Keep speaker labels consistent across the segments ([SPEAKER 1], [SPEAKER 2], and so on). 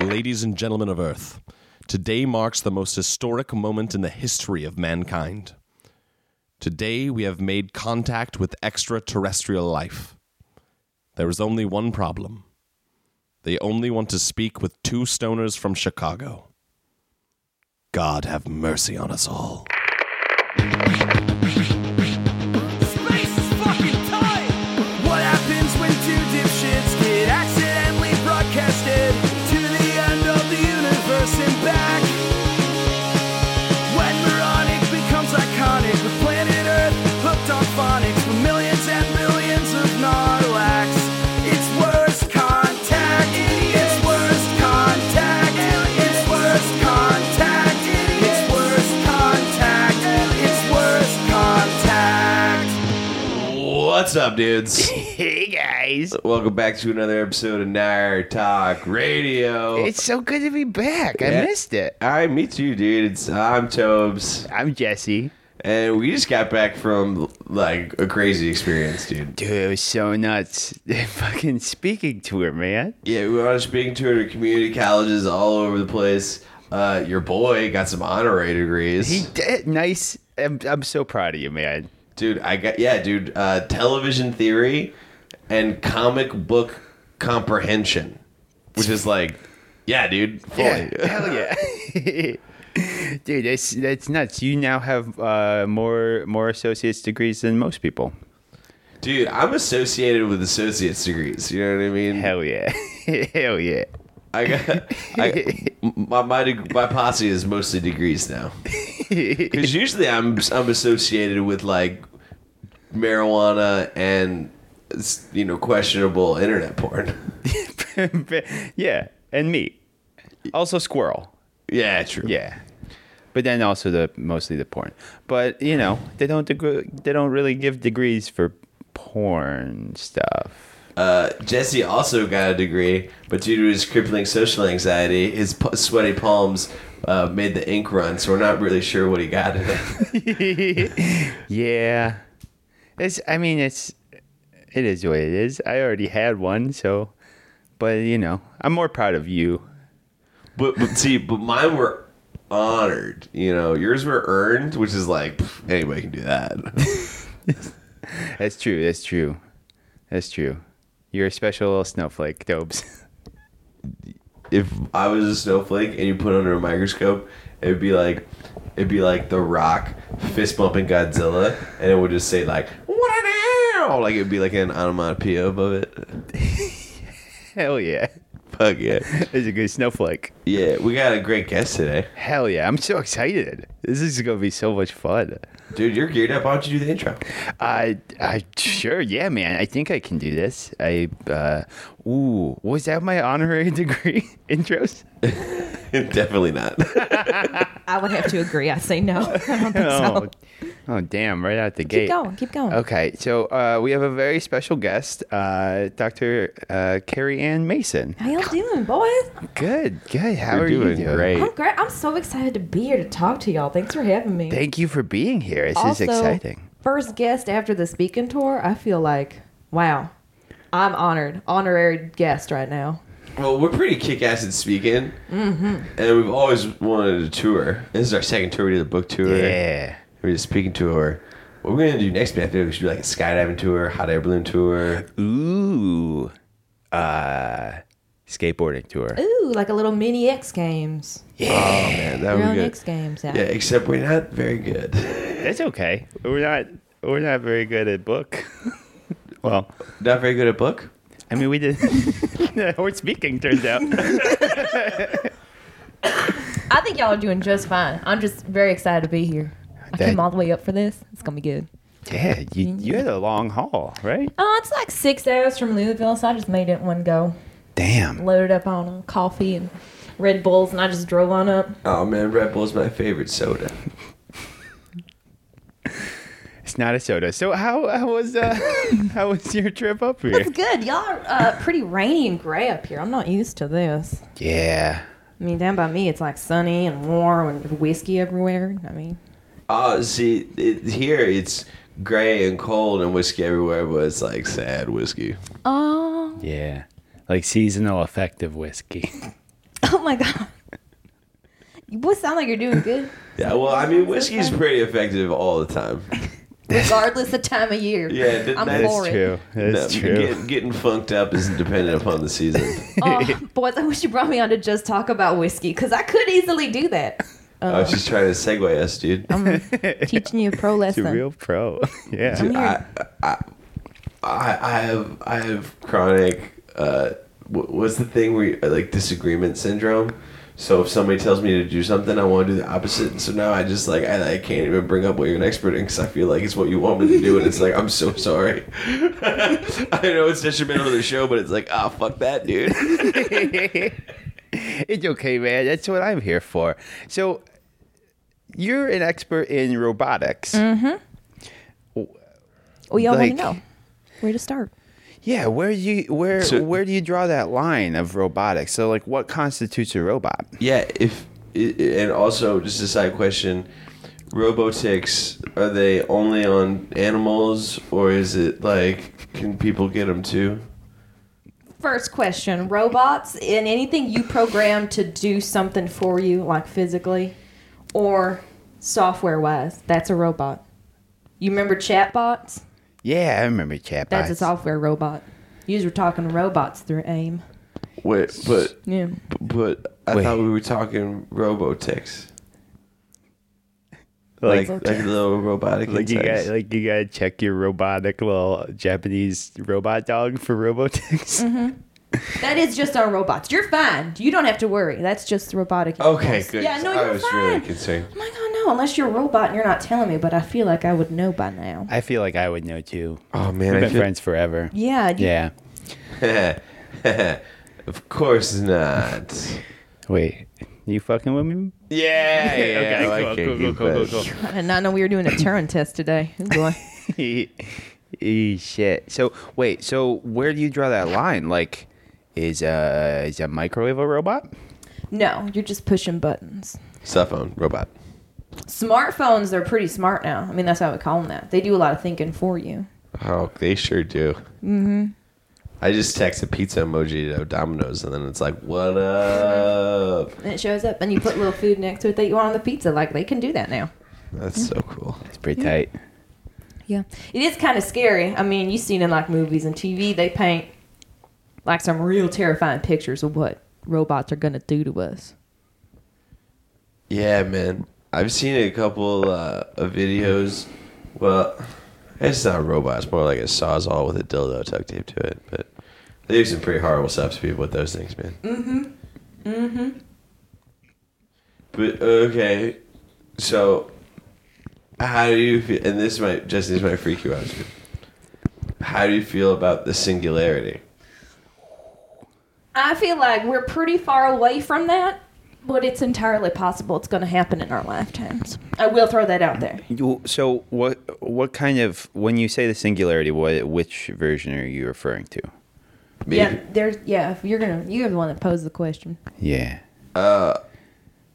[SPEAKER 1] ladies and gentlemen of Earth, today marks the most historic moment in the history of mankind. Today we have made contact with extraterrestrial life. There is only one problem. They only want to speak with two stoners from Chicago. God have mercy on us all.
[SPEAKER 2] Space is fucking tight! What happens when two dipshits get accidentally broadcasted to the end of the universe and back? When moronic becomes iconic with planet Earth hooked on phonics for millions and millions of Narlax. It's worst contact. It's worst contact. It's worst contact. It's worst contact. It's worst contact.
[SPEAKER 3] What's up, dudes?
[SPEAKER 4] Hey guys,
[SPEAKER 3] Welcome back to another episode of Nerd Talk Radio.
[SPEAKER 4] it's so good to be back. I
[SPEAKER 3] Yeah.
[SPEAKER 4] missed it.
[SPEAKER 3] I me too, dude. It's, I'm Tobes,
[SPEAKER 4] I'm Jesse.
[SPEAKER 3] and we just got back from like a crazy experience, dude.
[SPEAKER 4] Dude, it was so nuts. Fucking speaking tour, man.
[SPEAKER 3] Yeah, we went on a speaking tour to community colleges all over the place. Uh, your boy got some honorary degrees,
[SPEAKER 4] He did nice. I'm, I'm so proud of you, man.
[SPEAKER 3] dude. I got yeah, dude. Uh, television theory and comic book comprehension, which is like, yeah, dude. Fully.
[SPEAKER 4] hell yeah. Dude, that's that's nuts. You now have uh, more more associate's degrees than most people.
[SPEAKER 3] Dude, I'm associated with associate's degrees. You know what I mean?
[SPEAKER 4] Hell yeah, hell yeah.
[SPEAKER 3] I got I, my my deg- my posse is mostly degrees now. Because usually I'm I'm associated with like marijuana and s- you know questionable internet porn.
[SPEAKER 4] yeah, and me. Also, squirrel.
[SPEAKER 3] Yeah, true.
[SPEAKER 4] Yeah, but then also the mostly the porn. But you know they don't deg- they don't really give degrees for porn stuff.
[SPEAKER 3] Uh, Jesse also got a degree, but due to his crippling social anxiety, his p- sweaty palms uh, made the ink run. So we're not really sure what he got in it.
[SPEAKER 4] Yeah, it's I mean it's it is what it is. I already had one, so but you know I'm more proud of you.
[SPEAKER 3] but, but see, but mine were honored. You know, yours were earned, which is like pff, anybody can do that.
[SPEAKER 4] That's true. That's true. That's true. You're a special little snowflake, Dobes.
[SPEAKER 3] if I was a snowflake and you put it under a microscope, it'd be like it'd be like the rock fist bumping Godzilla and it would just say like what an owl like it'd be like an onomatopoeia above it.
[SPEAKER 4] Hell yeah,
[SPEAKER 3] Fuck yeah.
[SPEAKER 4] it's a good snowflake.
[SPEAKER 3] Yeah, we got a great guest today.
[SPEAKER 4] Hell yeah, I'm so excited. This is gonna be so much fun.
[SPEAKER 3] Dude, you're geared up. Why don't you do the intro?
[SPEAKER 4] I, I sure, yeah, man. I think I can do this. I, uh, ooh, was that my honorary degree intros?
[SPEAKER 3] Definitely not.
[SPEAKER 5] I would have to agree. I say no. I don't think so.
[SPEAKER 4] Oh, oh, damn! Right out the gate.
[SPEAKER 5] Keep going. Keep going.
[SPEAKER 4] Okay, so uh, we have a very special guest, uh, Dr. Uh, Carrie Ann Mason.
[SPEAKER 5] How y'all doing, boys?
[SPEAKER 4] Good, good. How
[SPEAKER 3] You're
[SPEAKER 4] are
[SPEAKER 3] doing
[SPEAKER 4] you doing?
[SPEAKER 3] great.
[SPEAKER 5] I'm great. I'm so excited to be here to talk to y'all. Thanks for having me.
[SPEAKER 4] Thank you for being here. This is
[SPEAKER 5] also,
[SPEAKER 4] exciting.
[SPEAKER 5] First guest after the speaking tour. I feel like, wow, I'm honored. Honorary guest right now.
[SPEAKER 3] well, we're pretty kick ass at speaking. And we've always wanted to tour. This is our second tour. We did a book tour.
[SPEAKER 4] Yeah.
[SPEAKER 3] We did a speaking tour. What we're going to do next, man, I feel like we should do like a skydiving tour, hot air balloon tour.
[SPEAKER 4] Ooh. Uh, skateboarding tour.
[SPEAKER 5] Ooh, like a little mini X Games.
[SPEAKER 3] Man,
[SPEAKER 4] Oh,
[SPEAKER 3] that would
[SPEAKER 5] Real
[SPEAKER 3] be good.
[SPEAKER 5] X Games. Yeah.
[SPEAKER 3] Yeah, except we're not very good.
[SPEAKER 4] That's okay. We're not we're not very good at book. well,
[SPEAKER 3] not very good at book.
[SPEAKER 4] I mean we did or speaking turns out.
[SPEAKER 5] I think y'all are doing just fine. I'm just very excited to be here. I
[SPEAKER 4] That-
[SPEAKER 5] came all the way up for this. It's gonna be good.
[SPEAKER 4] yeah, you you had a long haul, right?
[SPEAKER 5] Oh, it's like six hours from Louisville, so I just made it in one go.
[SPEAKER 4] Damn.
[SPEAKER 5] loaded up on uh, coffee and Red Bulls, and I just drove on up.
[SPEAKER 3] Oh man, Red Bull's my favorite soda.
[SPEAKER 4] It's not a soda. So how, how was uh how was your trip up here?
[SPEAKER 5] It's good. Y'all are uh, pretty rainy and gray up here. I'm not used to this.
[SPEAKER 4] Yeah.
[SPEAKER 5] I mean, down by me, it's like sunny and warm and whiskey everywhere. I mean,
[SPEAKER 3] Oh, see, it, here it's gray and cold and whiskey everywhere, but it's like sad whiskey.
[SPEAKER 5] oh,
[SPEAKER 4] Yeah. Like seasonal effective whiskey.
[SPEAKER 5] Oh my god. You both sound like you're doing good,
[SPEAKER 3] Yeah, well, I mean, whiskey's pretty effective all the time.
[SPEAKER 5] regardless the time of year.
[SPEAKER 3] Yeah, that-
[SPEAKER 5] I'm
[SPEAKER 3] that is
[SPEAKER 5] for it.
[SPEAKER 4] true. That's
[SPEAKER 3] No,
[SPEAKER 4] true.
[SPEAKER 3] Get, getting funked up is dependent upon the season.
[SPEAKER 5] Oh, boys, I wish you brought me on to just talk about whiskey because I could easily do that.
[SPEAKER 3] I was just trying to segue us, dude.
[SPEAKER 5] Teaching you a pro
[SPEAKER 4] It's
[SPEAKER 5] lesson.
[SPEAKER 4] a real pro. yeah.
[SPEAKER 5] Come here.
[SPEAKER 3] I, I have I have chronic. Uh, wh- what's the thing where you, uh, like disagreement syndrome? So if somebody tells me to do something, I want to do the opposite. And so now I just like I, I can't even bring up what you're an expert in because I feel like it's what you want me to do, and it's like I'm so sorry. I know it's detrimental to the show, but it's like ah fuck that, dude.
[SPEAKER 4] it's okay, man. That's what I'm here for. So, you're an expert in robotics.
[SPEAKER 5] we all
[SPEAKER 4] like-
[SPEAKER 5] want to know where to start.
[SPEAKER 4] Yeah, where do you where
[SPEAKER 3] So-
[SPEAKER 4] where do you draw that line of robotics? So, like, what constitutes a robot?
[SPEAKER 3] yeah if i- i- and also just a side question robotics are they only on animals or is it like can people get them too
[SPEAKER 5] First question robots and anything you program to do something for you, like physically or software wise, that's a robot. You remember chatbots?
[SPEAKER 4] Yeah, I remember chatbots.
[SPEAKER 5] That's a software robot. You were talking robots through AIM.
[SPEAKER 3] wait but
[SPEAKER 5] Yeah.
[SPEAKER 3] but i
[SPEAKER 4] Wait.
[SPEAKER 3] thought we were talking robotics
[SPEAKER 4] Like-
[SPEAKER 3] like like, little robotic
[SPEAKER 4] Like you
[SPEAKER 3] insects.
[SPEAKER 4] got like you gotta check your robotic little Japanese robot dog for robotics.
[SPEAKER 5] Mm-hmm. That is just on robots. You're fine. You don't have to worry. That's just robotic.
[SPEAKER 3] okay
[SPEAKER 5] impulse.
[SPEAKER 3] good
[SPEAKER 5] Yeah, no,
[SPEAKER 3] i
[SPEAKER 5] you're
[SPEAKER 3] was
[SPEAKER 5] fine.
[SPEAKER 3] really concerned
[SPEAKER 5] Oh my god, no! Unless you're a robot and you're not telling me, but I feel like I would know by now.
[SPEAKER 4] I feel like I would know too.
[SPEAKER 3] oh man
[SPEAKER 4] We've
[SPEAKER 3] I
[SPEAKER 4] been
[SPEAKER 3] feel,
[SPEAKER 4] friends forever.
[SPEAKER 5] Yeah. you-
[SPEAKER 4] Yeah.
[SPEAKER 3] of course not
[SPEAKER 4] Wait, you fucking with me?
[SPEAKER 3] yeah, yeah
[SPEAKER 4] Okay,
[SPEAKER 3] I
[SPEAKER 4] cool,
[SPEAKER 3] can't
[SPEAKER 4] cool,
[SPEAKER 3] keep
[SPEAKER 4] cool, cool,
[SPEAKER 3] that.
[SPEAKER 4] cool,
[SPEAKER 5] I did not know we were doing a Turing test today. Oh, boy.
[SPEAKER 4] Eh, E, shit. So wait, so where do you draw that line? Like, is a is a microwave a robot?
[SPEAKER 5] no, you're just pushing buttons.
[SPEAKER 3] cell phone robot
[SPEAKER 5] Smartphones, they're pretty smart now. I mean, that's how we call them that. They do a lot of thinking for you.
[SPEAKER 3] Oh, they sure do. Mm-hmm. I just text a pizza emoji to Domino's, and then it's like, "What up?"
[SPEAKER 5] And it shows up, and you put little food next to it that you want on the pizza. Like, they can do that now.
[SPEAKER 3] That's so cool.
[SPEAKER 4] It's pretty tight.
[SPEAKER 5] Yeah. It is kind of scary. I mean, you've seen in like movies and TV, they paint like some real terrifying pictures of what robots are going to do to us.
[SPEAKER 3] Yeah, man. I've seen a couple uh, of videos. Well, it's not a robot; it's more like a sawzall with a dildo tucked tape to it. But they do some pretty horrible stuff to people with those things, man. Mm-hmm. Mm-hmm. But okay, so how do you feel? And this might just this might freak you out. Too. How do you feel about the singularity?
[SPEAKER 5] I feel like we're pretty far away from that, but it's entirely possible it's going to happen in our lifetimes. I will throw that out there.
[SPEAKER 4] You, so what what kind of when you say the singularity, what which version are you referring to?
[SPEAKER 3] Maybe.
[SPEAKER 5] Yeah, there's yeah. If you're gonna, you're the one that posed the question.
[SPEAKER 4] Yeah.
[SPEAKER 3] Oh,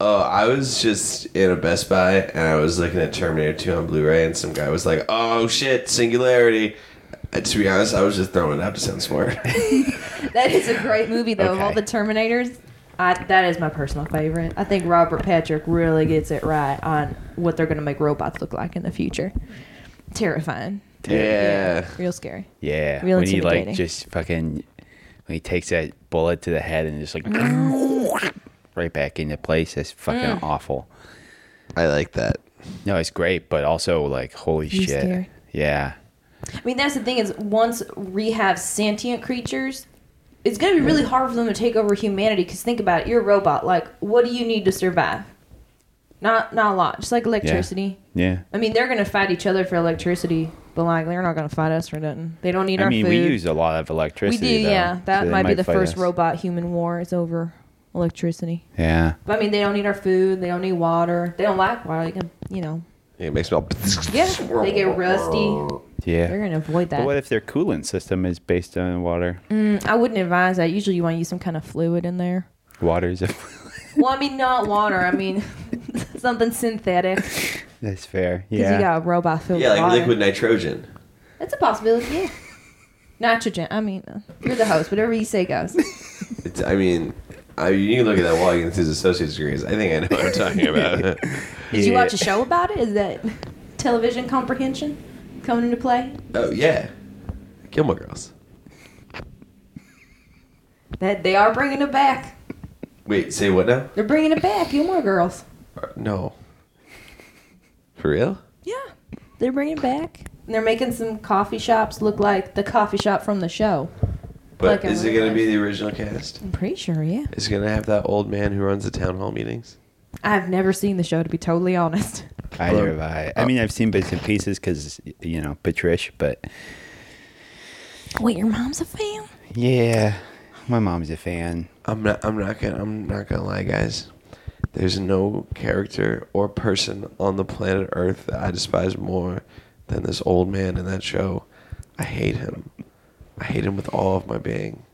[SPEAKER 3] I was just in a Best Buy and I was looking at Terminator 2 on Blu-ray, and some guy was like, "Oh shit, Singularity." Uh, to be honest, I was just throwing it up to sound smart.
[SPEAKER 5] That is a great movie, though. Of all
[SPEAKER 4] Okay.
[SPEAKER 5] the Terminators, I, that is my personal favorite. I think Robert Patrick really gets it right on what they're gonna make robots look like in the future. Terrifying.
[SPEAKER 3] yeah.
[SPEAKER 5] Real scary.
[SPEAKER 4] Yeah.
[SPEAKER 5] Real
[SPEAKER 4] when he like
[SPEAKER 5] intimidating.
[SPEAKER 4] just fucking when he takes that bullet to the head and just like right back into place. That's fucking
[SPEAKER 5] Mm.
[SPEAKER 4] awful.
[SPEAKER 3] I like that.
[SPEAKER 4] No, it's great, but also like holy
[SPEAKER 5] He's
[SPEAKER 4] shit.
[SPEAKER 5] scary.
[SPEAKER 4] Yeah.
[SPEAKER 5] I mean, that's the thing is once we have sentient creatures, it's going to be really hard for them to take over humanity. Because think about it, you're a robot. Like, what do you need to survive? Not, not a lot. Just like electricity.
[SPEAKER 4] Yeah.
[SPEAKER 5] I mean, they're going to fight each other for electricity, but like they're not going to fight us for nothing. They don't need
[SPEAKER 4] I
[SPEAKER 5] our
[SPEAKER 4] mean,
[SPEAKER 5] food.
[SPEAKER 4] we use a lot of
[SPEAKER 5] We
[SPEAKER 4] electricity.
[SPEAKER 5] do,
[SPEAKER 4] though,
[SPEAKER 5] yeah. That
[SPEAKER 4] so they
[SPEAKER 5] might, be the
[SPEAKER 4] fight
[SPEAKER 5] first
[SPEAKER 4] us.
[SPEAKER 5] robot human war is over electricity.
[SPEAKER 4] Yeah.
[SPEAKER 5] But I mean, they don't need our food. They don't need water. They don't like water. They can, you know,
[SPEAKER 3] It makes me all.
[SPEAKER 5] yeah, they get rusty.
[SPEAKER 4] Yeah.
[SPEAKER 5] They're going to avoid that.
[SPEAKER 4] But what if their coolant system is based on water?
[SPEAKER 5] I wouldn't advise that. Usually, you want to use some kind of fluid in there.
[SPEAKER 4] Water is a.
[SPEAKER 5] Well, I mean, not water. I mean, something synthetic. Because
[SPEAKER 4] That's fair.
[SPEAKER 5] you
[SPEAKER 4] Yeah.
[SPEAKER 5] got a robot filled
[SPEAKER 3] Yeah,
[SPEAKER 5] with
[SPEAKER 3] like
[SPEAKER 5] water.
[SPEAKER 3] liquid nitrogen.
[SPEAKER 5] That's a possibility, yeah. Nitrogen. I mean, uh, you're the host. Whatever you say goes.
[SPEAKER 3] It's, I mean, I, you can look at that wall. You can see his associate's degrees. I think I know what I'm talking about.
[SPEAKER 5] Did you watch a show about it? Is that television comprehension coming into play?
[SPEAKER 3] oh yeah, Gilmore Girls.
[SPEAKER 5] That they are bringing it back.
[SPEAKER 3] Wait, say what now?
[SPEAKER 5] They're bringing it back. Gilmore Girls.
[SPEAKER 3] Uh, No. For real?
[SPEAKER 5] Yeah, they're bringing it back. And they're making some coffee shops look like the coffee shop from the show.
[SPEAKER 3] But
[SPEAKER 5] Like in
[SPEAKER 3] is it
[SPEAKER 5] real
[SPEAKER 3] going to be
[SPEAKER 5] life.
[SPEAKER 3] the original cast?
[SPEAKER 5] I'm pretty sure, yeah.
[SPEAKER 3] Is it going to have that old man who runs the town hall meetings?
[SPEAKER 5] I've never seen the show, to be totally honest.
[SPEAKER 4] Either have I. I mean, I've seen bits and pieces because you know Patrish, but
[SPEAKER 5] Wait, your mom's a fan?
[SPEAKER 4] yeah, my mom's a fan.
[SPEAKER 3] I'm not. I'm not gonna. I'm not gonna lie, guys. There's no character or person on the planet Earth that I despise more than this old man in that show. I hate him. I hate him with all of my being.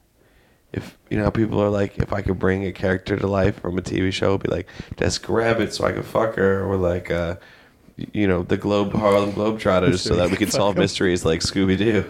[SPEAKER 3] If you know, how people are like, if I could bring a character to life from a TV show, it'd be like Jessica Rabbit, so I could fuck her, or like, uh, y- you know, the Globe Harlem Globetrotters, so that we could solve mysteries like Scooby Doo.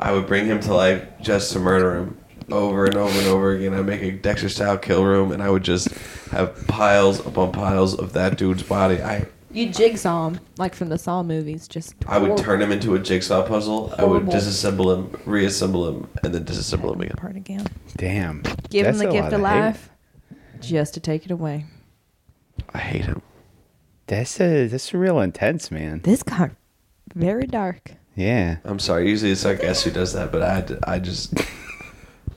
[SPEAKER 3] I would bring him to life just to murder him over and over and over again. I'd make a Dexter style kill room, and I would just have piles upon piles of that dude's body. I
[SPEAKER 5] You jigsaw 'em, like from the Saw movies. Just
[SPEAKER 3] I would
[SPEAKER 5] horrible
[SPEAKER 3] turn him into a jigsaw puzzle. I would
[SPEAKER 5] Horrible.
[SPEAKER 3] disassemble him, reassemble him, and then disassemble him again.
[SPEAKER 5] part again.
[SPEAKER 4] Damn.
[SPEAKER 5] Give
[SPEAKER 4] that's
[SPEAKER 5] him
[SPEAKER 4] a
[SPEAKER 5] the
[SPEAKER 4] lot
[SPEAKER 5] gift of
[SPEAKER 4] hate.
[SPEAKER 5] life, just to take it away.
[SPEAKER 3] I hate him.
[SPEAKER 4] That's a that's real intense, man.
[SPEAKER 5] This got very dark.
[SPEAKER 4] Yeah.
[SPEAKER 3] I'm sorry. Usually it's our guest who does that, but I, I just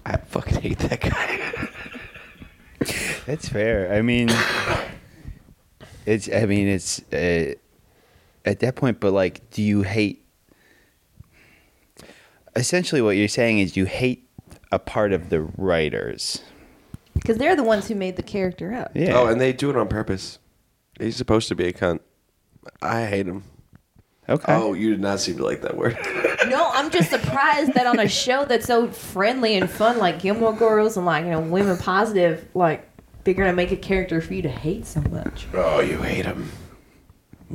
[SPEAKER 3] I fucking hate that guy.
[SPEAKER 4] That's fair. I mean, it's. I mean, it's uh, at that point. But like, do you hate? Essentially, what you're saying is you hate a part of the writers.
[SPEAKER 5] Because they're the ones who made the character up.
[SPEAKER 4] Yeah.
[SPEAKER 3] Oh, and they do it on purpose. He's supposed to be a cunt. I hate him.
[SPEAKER 4] okay.
[SPEAKER 3] Oh, you did not seem to like that word.
[SPEAKER 5] No, I'm just surprised that on a show that's so friendly and fun, like Gilmore Girls and like you know women positive, like they're gonna make a character for you to hate so much.
[SPEAKER 3] Oh, you hate him.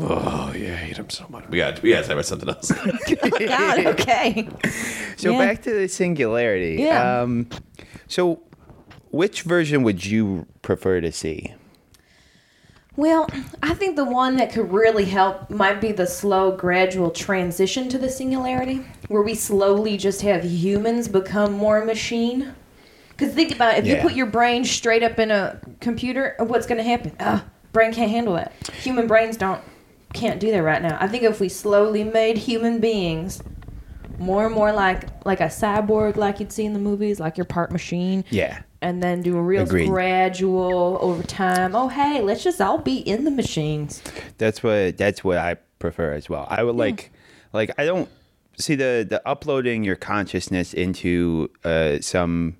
[SPEAKER 3] Oh, you hate him so much. We got we got to talk about something else.
[SPEAKER 5] God, okay.
[SPEAKER 4] so
[SPEAKER 5] yeah.
[SPEAKER 4] back to the singularity.
[SPEAKER 5] Yeah.
[SPEAKER 4] Um, so, which version would you prefer to see?
[SPEAKER 5] Well, I think the one that could really help might be the slow, gradual transition to the singularity, where we slowly just have humans become more machine. Because think about it, if
[SPEAKER 4] Yeah.
[SPEAKER 5] you put your brain straight up in a computer, what's going to happen? Ugh, brain can't handle that. Human brains don't can't do that right now. I think if we slowly made human beings more and more like like a cyborg, like you'd see in the movies, like you're part machine,
[SPEAKER 4] Yeah.
[SPEAKER 5] and then do a real
[SPEAKER 4] Agreed.
[SPEAKER 5] gradual over time. Oh, hey, let's just all be in the machines.
[SPEAKER 4] That's what that's what I prefer as well. I would like like I don't see the the uploading your consciousness into uh some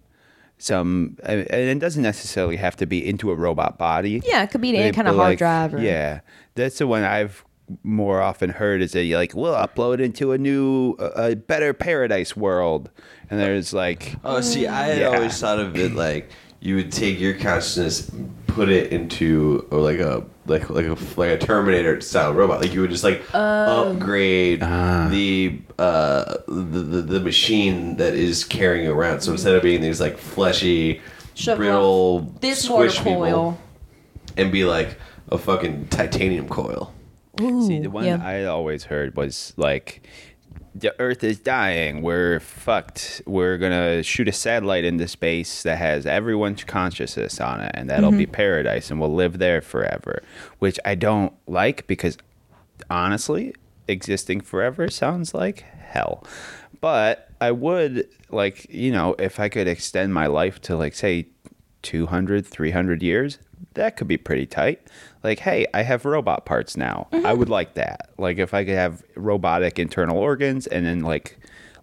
[SPEAKER 4] some and it doesn't necessarily have to be into a robot body.
[SPEAKER 5] Yeah, it could be to any
[SPEAKER 4] Uh,
[SPEAKER 5] kind of
[SPEAKER 4] but,
[SPEAKER 5] hard
[SPEAKER 4] like,
[SPEAKER 5] drive or-
[SPEAKER 4] Yeah. That's the one I've more often heard is that you like we'll upload into a new a a better paradise world and there's like
[SPEAKER 3] oh, see, I had
[SPEAKER 4] Yeah.
[SPEAKER 3] always thought of it like you would take your consciousness, put it into or like a like like a like a Terminator style robot. Like you would just like
[SPEAKER 5] Oh.
[SPEAKER 3] upgrade the uh the, the the machine that is carrying you around. So instead of being these like fleshy,
[SPEAKER 5] Shove
[SPEAKER 3] brittle,
[SPEAKER 5] off this water
[SPEAKER 3] squish
[SPEAKER 5] coil.
[SPEAKER 3] people, and be like a fucking titanium coil.
[SPEAKER 5] Ooh,
[SPEAKER 4] See, the one
[SPEAKER 5] yeah.
[SPEAKER 4] I always heard was like, the Earth is dying. We're fucked. We're gonna shoot a satellite into space that has everyone's consciousness on it, and that'll be
[SPEAKER 5] Mm-hmm.
[SPEAKER 4] paradise, and we'll live there forever. Which I don't like because, honestly, existing forever sounds like hell. But I would like, you know, if I could extend my life to like say 200, 300 years, that could be pretty tight. Like, hey, I have robot parts now. I
[SPEAKER 5] Mm-hmm.
[SPEAKER 4] would like that. Like, if I could have robotic internal organs and then like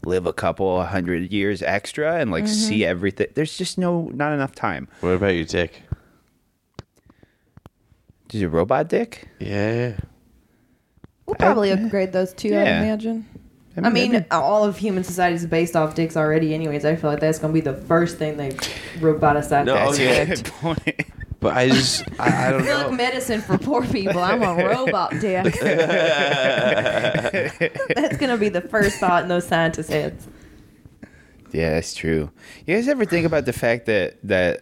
[SPEAKER 4] live a couple hundred years extra and
[SPEAKER 5] Mm-hmm.
[SPEAKER 4] like see everything. There's just no, not enough time.
[SPEAKER 3] What about you, Dick?
[SPEAKER 4] Does your robot dick?
[SPEAKER 3] Yeah.
[SPEAKER 5] we'll probably upgrade those two, I
[SPEAKER 4] Yeah.
[SPEAKER 5] imagine.
[SPEAKER 4] mean,
[SPEAKER 5] I mean,
[SPEAKER 4] that'd
[SPEAKER 5] all of human society is based off dicks already, anyways. I feel like that's going to be the first thing they roboticize.
[SPEAKER 3] No,
[SPEAKER 4] That's
[SPEAKER 3] okay.
[SPEAKER 4] a good point.
[SPEAKER 3] But I just I, I don't
[SPEAKER 5] I feel like
[SPEAKER 3] know.
[SPEAKER 5] medicine for poor people. I'm on robot dick. That's gonna be the first thought in those scientists' heads.
[SPEAKER 4] Yeah, that's true. You guys ever think about the fact that that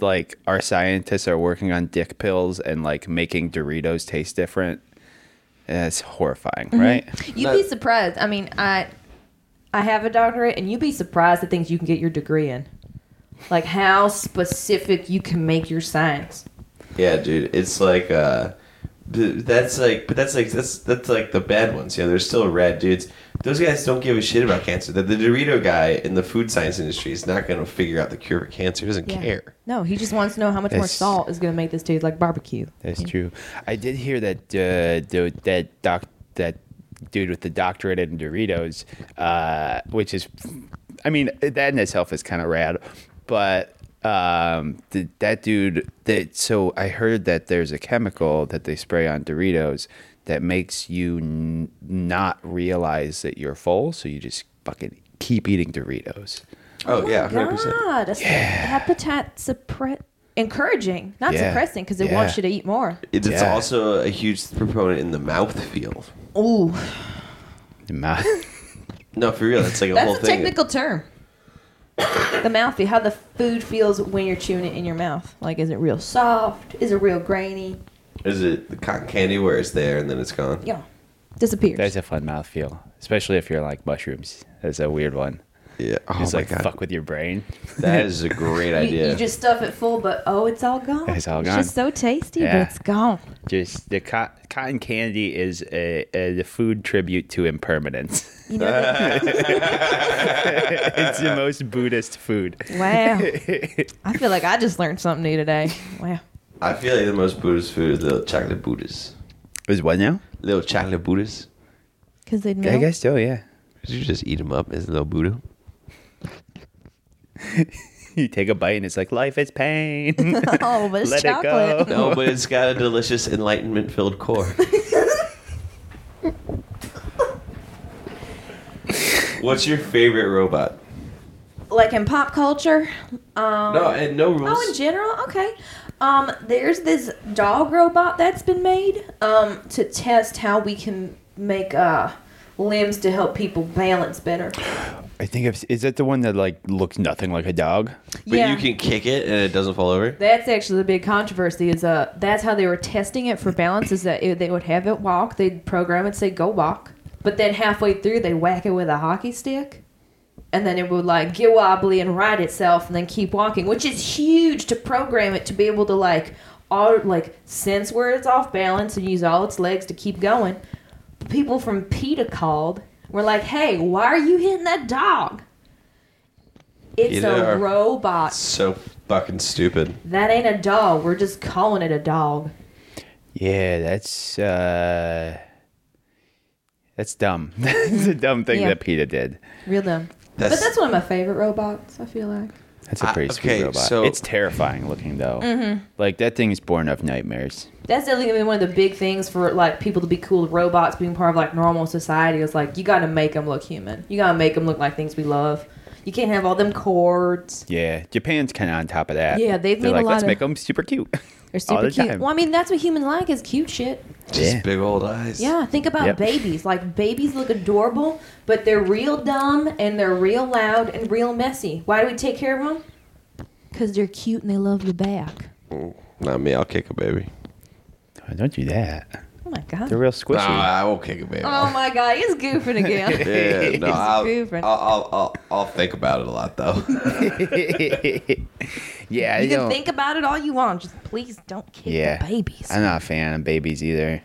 [SPEAKER 4] like our scientists are working on dick pills and like making Doritos taste different. That's horrifying, right?
[SPEAKER 5] You'd be surprised. I mean, I I have a doctorate, and you'd be surprised at things you can get your degree in. Like how specific you can make your science.
[SPEAKER 3] Yeah, dude, it's like uh, th- that's like, but that's like that's that's like the bad ones. You know, they're still red dudes. Those guys don't give a shit about cancer. The, the Dorito guy in the food science industry is not going to figure out the cure for cancer. He doesn't care.
[SPEAKER 5] No, he just wants to know how much more
[SPEAKER 4] It's-
[SPEAKER 5] salt is going to make this taste like barbecue.
[SPEAKER 4] That's true. I did hear that uh, the, that doc that dude with the doctorate in Doritos, uh, which is, I mean, that in itself is kind of rad, but um, th- that dude that so I heard that there's a chemical that they spray on Doritos that makes you n- not realize that you're full, so you just fucking keep eating Doritos.
[SPEAKER 3] Oh, yeah,
[SPEAKER 5] God,
[SPEAKER 3] 100%.
[SPEAKER 5] that's appetite suppress encouraging, not
[SPEAKER 4] Yeah.
[SPEAKER 5] suppressing, because it wants
[SPEAKER 4] Yeah.
[SPEAKER 5] you to eat more.
[SPEAKER 3] It's it's
[SPEAKER 4] Yeah.
[SPEAKER 3] also a huge proponent in the mouth field.
[SPEAKER 5] Ooh,
[SPEAKER 4] Ma-
[SPEAKER 3] No, for real, it's like a whole
[SPEAKER 5] that's a
[SPEAKER 3] thing.
[SPEAKER 5] technical term. the mouth, how the food feels when you're chewing it in your mouth. Like, is it real soft? Is it real grainy?
[SPEAKER 3] Is it the cotton candy where it's there and then it's gone?
[SPEAKER 5] Yeah, disappears.
[SPEAKER 4] That's a fun mouthfeel, especially if you're like mushrooms. That's a weird one.
[SPEAKER 3] Yeah. Oh
[SPEAKER 4] It's
[SPEAKER 3] my
[SPEAKER 4] like
[SPEAKER 3] god,
[SPEAKER 4] fuck with your brain.
[SPEAKER 3] that is a great
[SPEAKER 5] you,
[SPEAKER 3] idea.
[SPEAKER 5] you just stuff it full, but oh, it's all gone.
[SPEAKER 4] It's all
[SPEAKER 5] It's just so tasty,
[SPEAKER 4] Yeah.
[SPEAKER 5] but it's gone.
[SPEAKER 4] Just the co- cotton candy is a, a the food tribute to impermanence.
[SPEAKER 5] You know, that-
[SPEAKER 4] it's the most Buddhist food.
[SPEAKER 5] wow. I feel like I just learned something new today. Wow.
[SPEAKER 3] I feel like the most Buddhist food is little chocolate Buddhas.
[SPEAKER 4] Is what now?
[SPEAKER 3] Little chocolate Buddhas.
[SPEAKER 5] Because they'd
[SPEAKER 4] I
[SPEAKER 5] melt.
[SPEAKER 4] guess so. Yeah.
[SPEAKER 3] Did you just eat them up as a little Buddha?
[SPEAKER 4] You take a bite and it's like life is pain.
[SPEAKER 5] Oh, but it's
[SPEAKER 4] Let it
[SPEAKER 5] chocolate.
[SPEAKER 4] go.
[SPEAKER 3] No, Oh, but it's got a delicious enlightenment-filled core. What's your favorite robot?
[SPEAKER 5] like in pop culture. Um,
[SPEAKER 3] No, and no rules.
[SPEAKER 5] oh, in general, okay. Um, there's this dog robot that's been made um, to test how we can make uh, limbs to help people balance better.
[SPEAKER 4] I think I've, is that the one that like looks nothing like a dog?
[SPEAKER 3] but you can kick it and it doesn't fall over.
[SPEAKER 5] That's actually the big controversy. Is uh, that's how they were testing it for balance. Is that it, they would have it walk, they'd program it, say go walk, but then halfway through they whack it with a hockey stick, and then it would like get wobbly and right itself, and then keep walking, which is huge to program it to be able to like all like sense where it's off balance and use all its legs to keep going. People from PETA called. We're like, hey, why are you hitting that dog? It's
[SPEAKER 3] PETA
[SPEAKER 5] a
[SPEAKER 3] are-
[SPEAKER 5] robot.
[SPEAKER 3] So fucking stupid.
[SPEAKER 5] That ain't a dog. We're just calling it a dog.
[SPEAKER 4] Yeah, that's uh, that's dumb. that's a dumb thing
[SPEAKER 5] Yeah.
[SPEAKER 4] that Peter did.
[SPEAKER 5] Real dumb.
[SPEAKER 3] That's-
[SPEAKER 5] but that's one of my favorite robots, I feel like.
[SPEAKER 4] That's a
[SPEAKER 3] I-
[SPEAKER 4] pretty
[SPEAKER 3] okay,
[SPEAKER 4] sweet robot.
[SPEAKER 3] so-
[SPEAKER 4] it's terrifying looking though.
[SPEAKER 5] Mm-hmm.
[SPEAKER 4] Like that thing is born of nightmares.
[SPEAKER 5] That's definitely gonna be one of the big things for like people to be cool with robots being part of like normal society is like you gotta make them look human. You gotta make them look like things we love. You can't have all them cords.
[SPEAKER 4] Yeah, Japan's kind of on top of that.
[SPEAKER 5] Yeah, they've
[SPEAKER 4] They're
[SPEAKER 5] made a
[SPEAKER 4] like,
[SPEAKER 5] lot
[SPEAKER 4] let's
[SPEAKER 5] of-
[SPEAKER 4] make them super cute.
[SPEAKER 5] They're
[SPEAKER 4] All the
[SPEAKER 5] super cute.
[SPEAKER 4] time.
[SPEAKER 5] Well, I mean that's what humans like is cute shit.
[SPEAKER 3] Just
[SPEAKER 4] Yeah.
[SPEAKER 3] big old eyes.
[SPEAKER 5] Yeah, think about
[SPEAKER 4] Yep.
[SPEAKER 5] babies. Like babies look adorable, but they're real dumb and they're real loud and real messy. Why do we take care of them? Because they're cute and they love the back.
[SPEAKER 3] Not me. I'll kick a baby.
[SPEAKER 4] Oh, don't do that.
[SPEAKER 5] Oh my god.
[SPEAKER 4] They're real squishy.
[SPEAKER 3] No, I won't kick a baby.
[SPEAKER 5] Oh my god, he's goofing again.
[SPEAKER 3] yeah, no, I'll, I'll,
[SPEAKER 5] goofing.
[SPEAKER 3] I'll, I'll, I'll think about it a lot though.
[SPEAKER 4] yeah,
[SPEAKER 5] you
[SPEAKER 4] I
[SPEAKER 5] can
[SPEAKER 4] don't.
[SPEAKER 5] think about it all you want, just please don't kick
[SPEAKER 4] yeah,
[SPEAKER 5] the babies.
[SPEAKER 4] I'm not a fan of babies either.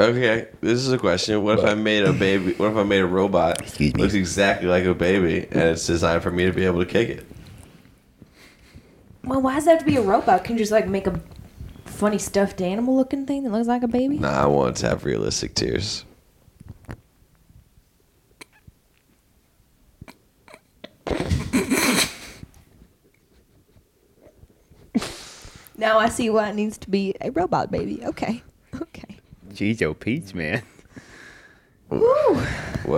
[SPEAKER 3] Okay, this is a question. What if I made a baby? What if I made a robot
[SPEAKER 4] Excuse me.
[SPEAKER 3] looks exactly like a baby and it's designed for me to be able to kick it?
[SPEAKER 5] Well, why does it have to be a robot? Can you just like make a funny stuffed animal looking thing that looks like a baby?
[SPEAKER 3] Nah, I want to have realistic tears.
[SPEAKER 5] Now I see why it needs to be a robot baby. Okay. Okay.
[SPEAKER 4] Jeez, oh Pete's man.
[SPEAKER 3] What?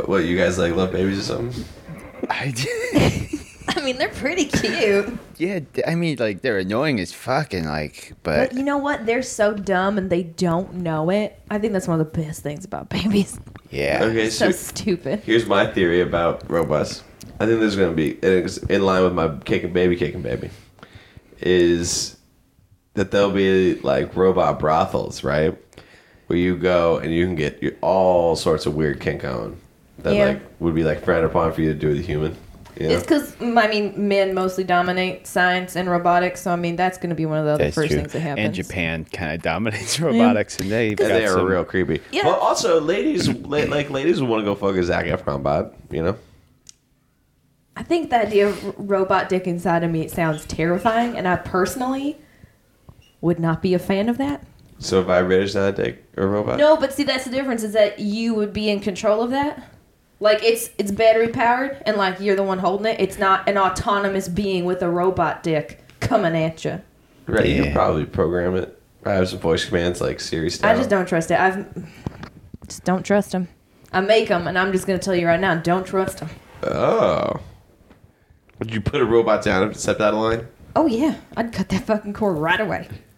[SPEAKER 3] What? You guys like love babies or something?
[SPEAKER 4] I d-
[SPEAKER 5] I mean, they're pretty cute.
[SPEAKER 4] yeah, d- I mean, like they're annoying as fucking like, but
[SPEAKER 5] But you know what? They're so dumb and they don't know it. I think that's one of the best things about babies.
[SPEAKER 4] yeah.
[SPEAKER 3] Okay,
[SPEAKER 5] So
[SPEAKER 3] so
[SPEAKER 5] stupid.
[SPEAKER 3] here's my theory about robots. I think there's going to be and it's in line with my kicking baby, kicking baby. is that there'll be like robot brothels, right? Where you go and you can get your- all sorts of weird kink on that
[SPEAKER 5] Yeah.
[SPEAKER 3] like would be like frowned upon for you to do with a human. You know?
[SPEAKER 5] It's because I mean men mostly dominate science and robotics, so I mean that's going to be one of the other
[SPEAKER 4] That's
[SPEAKER 5] first
[SPEAKER 4] true.
[SPEAKER 5] things that happens.
[SPEAKER 4] And Japan kind of dominates robotics, and they've got
[SPEAKER 3] And they are
[SPEAKER 4] some-
[SPEAKER 3] real creepy.
[SPEAKER 5] Yeah.
[SPEAKER 3] But also, ladies la- like ladies would want to go fuck a Zac Efron bot. You know,
[SPEAKER 5] I think the idea of r- robot dick inside of me it sounds terrifying, and I personally would not be a fan of that.
[SPEAKER 3] so vibrators not a dick or robot.
[SPEAKER 5] No, but see, that's the difference is that you would be in control of that. Like it's it's battery powered, and like you're the one holding it. It's not an autonomous being with a robot dick coming at you.
[SPEAKER 3] right? You
[SPEAKER 4] Yeah.
[SPEAKER 3] could probably program it. I have some voice commands like Siri style.
[SPEAKER 5] I just don't trust it. I've just don't trust them. I make them, and I'm just gonna tell you right now, don't trust them.
[SPEAKER 3] Oh. Would you put a robot down if it stepped out of line?
[SPEAKER 5] Oh yeah, I'd cut that fucking cord right away.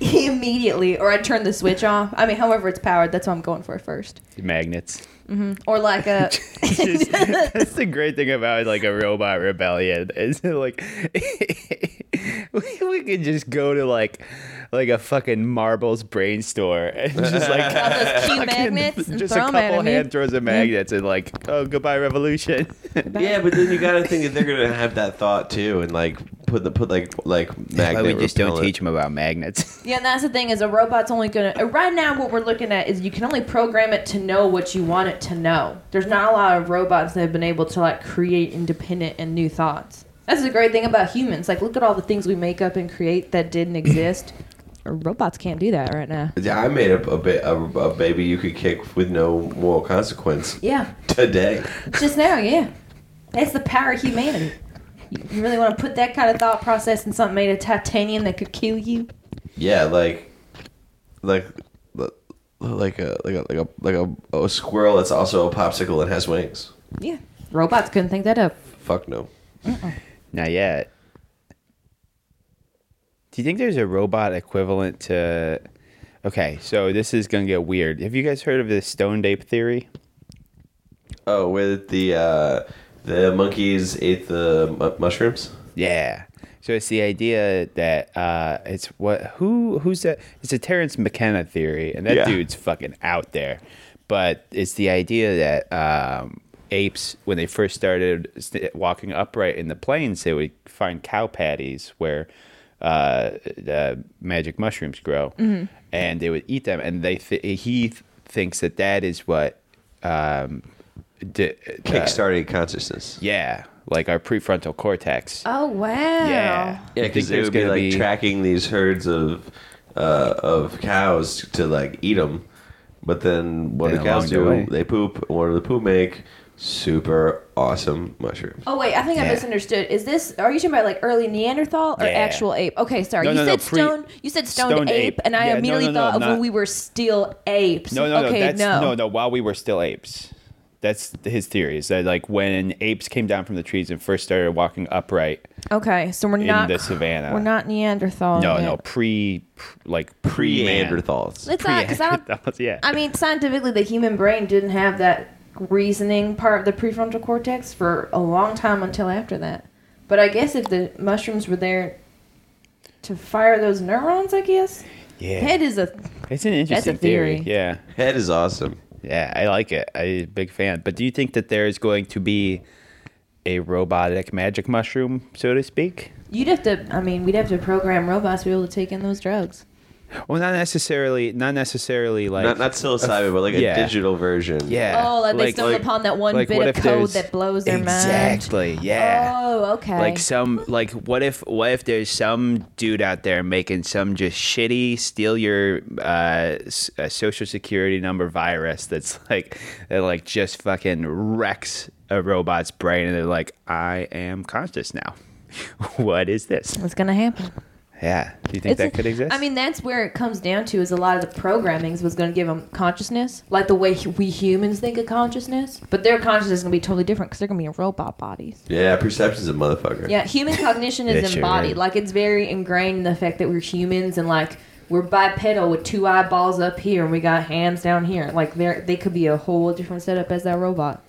[SPEAKER 5] Immediately, or I'd turn the switch off. I mean, however it's powered, that's what I'm going for first.
[SPEAKER 4] magnets.
[SPEAKER 5] Or like a
[SPEAKER 4] Just- that's the great thing about like a robot rebellion is like we, we could just go to like like a fucking marbles brain store and just like
[SPEAKER 5] got those cute
[SPEAKER 4] fucking-
[SPEAKER 5] magnets and
[SPEAKER 4] just
[SPEAKER 5] throw
[SPEAKER 4] a
[SPEAKER 5] 'em at
[SPEAKER 4] couple
[SPEAKER 5] 'em,
[SPEAKER 4] hand
[SPEAKER 5] you-
[SPEAKER 4] throws of magnets and like oh goodbye revolution
[SPEAKER 3] Yeah, but then you gotta think that they're gonna have that thought too, and like put the put like like magnet. repellent.
[SPEAKER 4] them about magnets
[SPEAKER 5] Yeah, and that's the thing is a robot's only gonna. uh, Right now, what we're looking at is you can only program it to know what you want it to know. There's not a lot of robots that have been able to like create independent and new thoughts. That's the great thing about humans. Like, look at all the things we make up and create that didn't exist. robots can't do that right now.
[SPEAKER 3] Yeah, I made up a, ba- a, a baby you could kick with no moral consequence
[SPEAKER 5] Yeah,
[SPEAKER 3] today.
[SPEAKER 5] just now, yeah. That's the power of humanity. You you really want to put that kind of thought process in something made of titanium that could kill you?
[SPEAKER 3] Yeah, like, like, like a like a like a like a, a squirrel that's also a popsicle and has wings.
[SPEAKER 5] Yeah, robots couldn't think that up.
[SPEAKER 3] Fuck no.
[SPEAKER 4] not yet do you think there's a robot equivalent to okay so this is gonna get weird have you guys heard of the stone ape theory
[SPEAKER 3] Oh, with the uh, the monkeys ate the mu- mushrooms.
[SPEAKER 4] Yeah. So it's the idea that uh, it's what who who's that? It's a Terrence McKenna theory, and that
[SPEAKER 3] Yeah.
[SPEAKER 4] dude's fucking out there. But it's the idea that um, apes, when they first started st- walking upright in the plains, they would find cow patties where uh, the magic mushrooms grow, and they would eat them. And they th- he th- thinks that that is what um, d- uh,
[SPEAKER 3] Kickstarting consciousness.
[SPEAKER 4] yeah, like our prefrontal cortex.
[SPEAKER 5] Oh wow.
[SPEAKER 4] Yeah.
[SPEAKER 3] Yeah,
[SPEAKER 4] I think
[SPEAKER 3] because they
[SPEAKER 4] there's
[SPEAKER 3] would be
[SPEAKER 4] gonna
[SPEAKER 3] like
[SPEAKER 4] be-
[SPEAKER 3] tracking these herds of uh, of cows to like eat them, but then what
[SPEAKER 4] Then
[SPEAKER 3] do cows
[SPEAKER 4] along the way-
[SPEAKER 3] do? They poop. and What do the poop make? Super awesome mushrooms.
[SPEAKER 5] Oh wait, I think I
[SPEAKER 4] Yeah.
[SPEAKER 5] misunderstood. Is this are you talking about like early Neanderthal or
[SPEAKER 4] Yeah.
[SPEAKER 5] actual ape? Okay, sorry.
[SPEAKER 4] No,
[SPEAKER 5] you
[SPEAKER 4] no, no,
[SPEAKER 5] said
[SPEAKER 4] pre-
[SPEAKER 5] stone. You said stoned,
[SPEAKER 4] stoned
[SPEAKER 5] ape,
[SPEAKER 4] ape.
[SPEAKER 5] and I
[SPEAKER 4] Yeah, no,
[SPEAKER 5] immediately
[SPEAKER 4] no, no,
[SPEAKER 5] thought of
[SPEAKER 4] not-
[SPEAKER 5] when we were still apes.
[SPEAKER 4] No, no,
[SPEAKER 5] okay,
[SPEAKER 4] no. That's no. no,
[SPEAKER 5] no.
[SPEAKER 4] While we were still apes, that's his theory. Is that like when apes came down from the trees and first started walking upright?
[SPEAKER 5] Okay, so we're
[SPEAKER 4] In
[SPEAKER 5] not
[SPEAKER 4] the savannah.
[SPEAKER 5] We're not Neanderthal.
[SPEAKER 4] No,
[SPEAKER 5] yet.
[SPEAKER 4] no. Pre, pre- like pre
[SPEAKER 3] Pre-Neanderthals.
[SPEAKER 5] It's not because I don't.
[SPEAKER 4] yeah.
[SPEAKER 5] I mean, scientifically, the human brain didn't have that reasoning part of the prefrontal cortex for a long time until after that. But I guess if the mushrooms were there to fire those neurons, I guess
[SPEAKER 4] yeah.
[SPEAKER 5] head is a
[SPEAKER 4] it's an interesting theory.
[SPEAKER 5] theory.
[SPEAKER 4] Yeah.
[SPEAKER 3] Head is awesome.
[SPEAKER 4] Yeah, I like it. I'm a big fan. But do you think that there is going to be a robotic magic mushroom, so to speak?
[SPEAKER 5] You'd have to. I mean, we'd have to program robots to be able to take in those drugs.
[SPEAKER 4] Well, not necessarily. Not necessarily like
[SPEAKER 3] Not not psilocybin, but like a
[SPEAKER 4] yeah.
[SPEAKER 3] digital version.
[SPEAKER 4] Yeah.
[SPEAKER 5] Oh, like, they
[SPEAKER 4] Like-
[SPEAKER 5] stumble
[SPEAKER 4] like-
[SPEAKER 5] upon that one
[SPEAKER 4] like,
[SPEAKER 5] bit
[SPEAKER 4] what
[SPEAKER 5] of
[SPEAKER 4] if
[SPEAKER 5] code
[SPEAKER 4] there's-
[SPEAKER 5] that blows their mind.
[SPEAKER 4] Exactly. Yeah.
[SPEAKER 5] Oh, okay.
[SPEAKER 4] Like some like what if what if there's some dude out there making some just shitty steal your uh, s- uh social security number virus that's like that like just fucking wrecks a robot's brain and they're like I am conscious now. what is this?
[SPEAKER 5] What's gonna happen?
[SPEAKER 4] Yeah. Do you think that could exist?
[SPEAKER 5] I mean, that's where it comes down to is a lot of the programmings was going to give them consciousness, like the way hu- we humans think of consciousness. But their consciousness is going to be totally different because they're going to be in robot bodies.
[SPEAKER 3] Yeah, perception's a motherfucker.
[SPEAKER 5] Yeah, human cognition
[SPEAKER 4] Yeah,
[SPEAKER 5] is
[SPEAKER 4] sure,
[SPEAKER 5] embodied.
[SPEAKER 4] right.
[SPEAKER 5] Like it's very ingrained in the fact that we're humans and like we're bipedal with two eyeballs up here and we got hands down here. Like they they could be a whole different setup as that robot.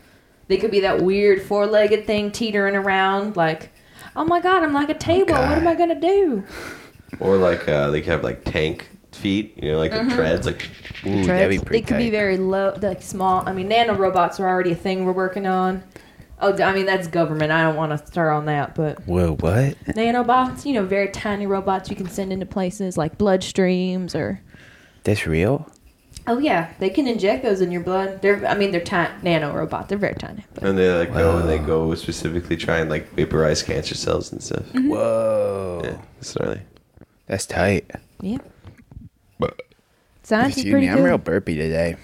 [SPEAKER 5] They could be that weird four-legged thing teetering around like oh my god, I'm like a table. What am I gonna do?
[SPEAKER 3] Or like uh, they could have like tank feet, you know, like the treads, like
[SPEAKER 4] Ooh, that'd
[SPEAKER 5] Treads.
[SPEAKER 4] be pretty
[SPEAKER 5] They could be
[SPEAKER 4] tight.
[SPEAKER 5] very low, like small. I mean, nanorobots are already a thing we're working on. Oh, I mean that's government. I don't want to start on that, but
[SPEAKER 4] Whoa, what?
[SPEAKER 5] nanobots, you know, very tiny robots you can send into places like bloodstreams or.
[SPEAKER 4] That's real?
[SPEAKER 5] Oh yeah, they can inject those in your blood. They're, I mean, they're tiny nano robot. They're very tiny. But
[SPEAKER 3] and they like go and they go specifically try and like vaporize cancer cells and stuff.
[SPEAKER 4] Mm-hmm. Whoa.
[SPEAKER 3] Yeah, it's gnarly.
[SPEAKER 4] That's tight.
[SPEAKER 5] yeah,
[SPEAKER 4] But
[SPEAKER 5] science is
[SPEAKER 4] Excuse
[SPEAKER 5] pretty
[SPEAKER 4] me, I'm
[SPEAKER 5] cool.
[SPEAKER 4] real burpy today.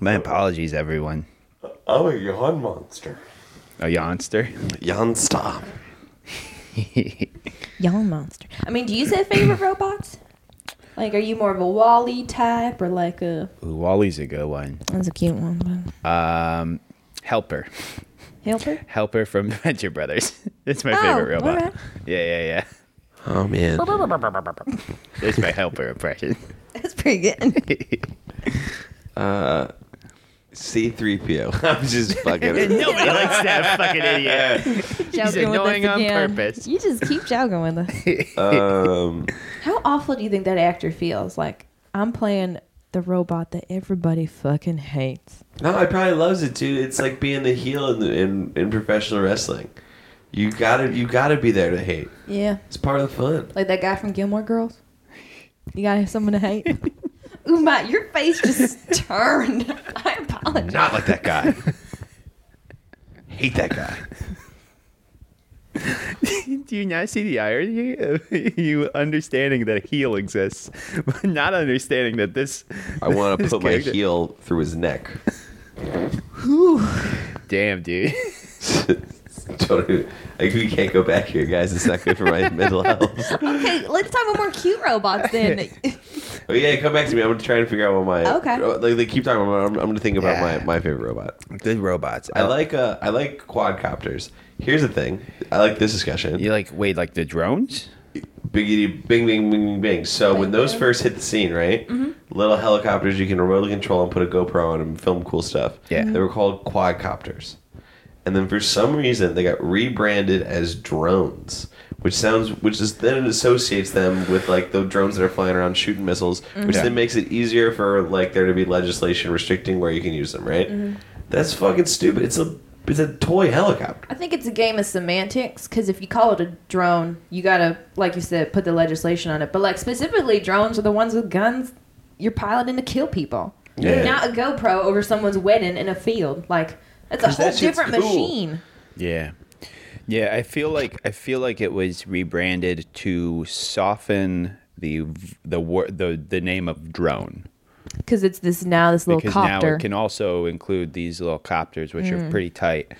[SPEAKER 4] My apologies, everyone.
[SPEAKER 3] I'm a yawn monster.
[SPEAKER 4] A yonster.
[SPEAKER 3] Yawn stop.
[SPEAKER 5] Y'all monster. I mean, do you have favorite robots? Like, are you more of a Wally type or like a?
[SPEAKER 4] Ooh, Wally's a good one.
[SPEAKER 5] That's a cute one,
[SPEAKER 4] Um, Helper.
[SPEAKER 5] but helper.
[SPEAKER 4] Helper from the Venture Brothers. it's my
[SPEAKER 5] Oh,
[SPEAKER 4] favorite robot.
[SPEAKER 5] alright.
[SPEAKER 4] Yeah, yeah, yeah.
[SPEAKER 3] Oh man.
[SPEAKER 4] There's my helper impression.
[SPEAKER 5] That's pretty good.
[SPEAKER 3] C3PO. I'm just fucking.
[SPEAKER 4] Nobody likes that fucking idiot.
[SPEAKER 5] Joking with us
[SPEAKER 4] annoying on
[SPEAKER 5] again.
[SPEAKER 4] purpose.
[SPEAKER 5] You just keep joking with us.
[SPEAKER 3] um,
[SPEAKER 5] How awful do you think that actor feels? Like I'm playing the robot that everybody fucking hates.
[SPEAKER 3] no, I probably loves it too. It's like being the heel in, the, in in professional wrestling. You gotta you gotta be there to hate.
[SPEAKER 5] Yeah,
[SPEAKER 3] It's part of the fun.
[SPEAKER 5] like that guy from Gilmore Girls. You gotta have someone to hate. Ooh, Matt, your face just turned. I apologize.
[SPEAKER 3] Not like that guy. hate that guy.
[SPEAKER 4] Do you not see the irony of you understanding that a heel exists, but not understanding that this?
[SPEAKER 3] I want to
[SPEAKER 4] this
[SPEAKER 3] put my
[SPEAKER 4] character-
[SPEAKER 3] heel through his neck.
[SPEAKER 4] Damn, dude.
[SPEAKER 3] totally. Like, we can't go back here, guys. It's not good for my mental health.
[SPEAKER 5] Okay, let's talk about more cute robots then.
[SPEAKER 3] Oh yeah, come back to me. I'm gonna try and figure out what my uh,
[SPEAKER 5] Okay.
[SPEAKER 3] Like they keep talking about. I'm, I'm gonna think about
[SPEAKER 4] Yeah. Oh.
[SPEAKER 3] my, my favorite robot.
[SPEAKER 4] The robots.
[SPEAKER 3] I like uh I like quadcopters. Here's the thing. I like this discussion.
[SPEAKER 4] You like wait, like the drones?
[SPEAKER 3] Biggity bing bing bing bing bing. Mm-hmm. So when those first hit the scene, right? Little helicopters you can remotely control and put a GoPro on and film cool stuff.
[SPEAKER 4] Yeah.
[SPEAKER 3] They were called quadcopters. And then for some reason they got rebranded as drones, which sounds which is then associates them with like the drones that are flying around shooting missiles, which
[SPEAKER 4] Yeah.
[SPEAKER 3] then makes it easier for like there to be legislation restricting where you can use them, right? That's fucking stupid. It's a it's a toy helicopter.
[SPEAKER 5] I think it's a game of semantics because if you call it a drone, you gotta, like you said, put the legislation on it. But like specifically, drones are the ones with guns you're piloting to kill people.
[SPEAKER 3] Yeah.
[SPEAKER 5] Not a GoPro over someone's wedding in a field. Like that's a
[SPEAKER 3] 'Cause
[SPEAKER 5] whole
[SPEAKER 3] that shit's
[SPEAKER 5] different
[SPEAKER 3] cool.
[SPEAKER 5] machine.
[SPEAKER 4] Yeah. Yeah, I feel like I feel like it was rebranded to soften the the wor- the the name of drone
[SPEAKER 5] Because it's this now this little
[SPEAKER 4] because now
[SPEAKER 5] copter. Mm.
[SPEAKER 4] it can also include these little copters which are pretty tight,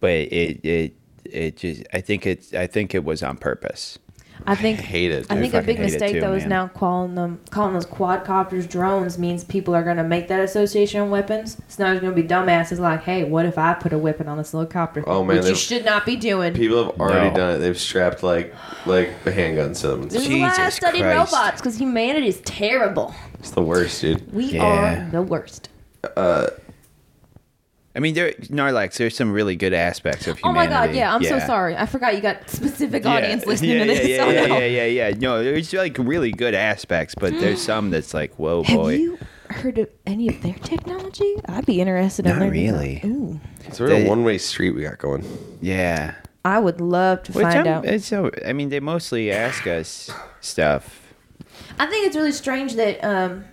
[SPEAKER 4] but it it it just I think it's I think it was on purpose.
[SPEAKER 5] I think
[SPEAKER 3] hate it,
[SPEAKER 5] I
[SPEAKER 4] dude.
[SPEAKER 5] think a
[SPEAKER 4] Fucking
[SPEAKER 5] big
[SPEAKER 4] hate it
[SPEAKER 5] mistake
[SPEAKER 4] too,
[SPEAKER 5] though is
[SPEAKER 4] man.
[SPEAKER 5] now calling them calling those quadcopters drones means people are gonna make that association on weapons. So now there's gonna be dumbasses like, hey, what if I put a weapon on this little copter?
[SPEAKER 3] Oh, man,
[SPEAKER 5] which you
[SPEAKER 3] they-
[SPEAKER 5] should not be doing.
[SPEAKER 3] People have already
[SPEAKER 4] No.
[SPEAKER 3] done it. They've strapped like like the handguns to them. and
[SPEAKER 5] This
[SPEAKER 3] stuff.
[SPEAKER 5] is why I
[SPEAKER 4] Jesus
[SPEAKER 5] studied
[SPEAKER 4] Christ.
[SPEAKER 5] robots because humanity is terrible.
[SPEAKER 3] It's the worst, dude.
[SPEAKER 5] We
[SPEAKER 4] Yeah.
[SPEAKER 5] are the worst.
[SPEAKER 4] I mean, there Narlax. There's some really good aspects of
[SPEAKER 5] Oh my
[SPEAKER 4] humanity.
[SPEAKER 5] god, yeah, I'm so sorry. I forgot you got specific audience listening
[SPEAKER 4] yeah,
[SPEAKER 5] to this.
[SPEAKER 4] Yeah,
[SPEAKER 5] so
[SPEAKER 4] yeah,
[SPEAKER 5] no.
[SPEAKER 4] yeah, yeah, yeah. No, there's like really good aspects, but there's some that's like, whoa,
[SPEAKER 5] Have
[SPEAKER 4] boy.
[SPEAKER 5] you heard of any of their technology? I'd be interested in
[SPEAKER 4] Not
[SPEAKER 5] learning about-
[SPEAKER 4] really.
[SPEAKER 5] Ooh,
[SPEAKER 3] It's sort of
[SPEAKER 4] They-
[SPEAKER 3] a one way street we got going.
[SPEAKER 4] Yeah.
[SPEAKER 5] I would love to
[SPEAKER 4] Which
[SPEAKER 5] find
[SPEAKER 4] I'm-
[SPEAKER 5] out.
[SPEAKER 4] It's so, I mean, they mostly ask us stuff.
[SPEAKER 5] I think it's really strange that um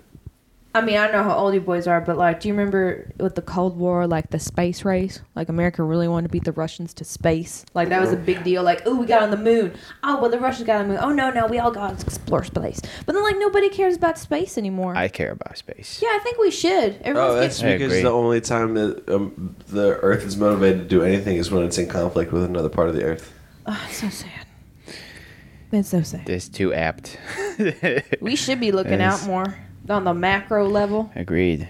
[SPEAKER 5] I mean, I know how old you boys are, but like, do you remember with the Cold War, like the space race? Like, America really wanted to beat the Russians to space. Like, that was a big deal. Like, oh, we got on the moon. Oh, well, the Russians got on the moon. Oh, no, no, we all got to explore space. But then, like, nobody cares about space anymore.
[SPEAKER 4] I care about space.
[SPEAKER 5] yeah, I think we should. Everyone's
[SPEAKER 3] Oh, that's
[SPEAKER 5] getting-
[SPEAKER 4] I
[SPEAKER 3] because
[SPEAKER 4] agree.
[SPEAKER 3] the only time that um, the Earth is motivated to do anything is when it's in conflict with another part of the Earth.
[SPEAKER 5] oh, it's so sad. It's so sad.
[SPEAKER 4] It's too apt.
[SPEAKER 5] We should be looking
[SPEAKER 4] Yes.
[SPEAKER 5] out more on the macro level.
[SPEAKER 4] Agreed.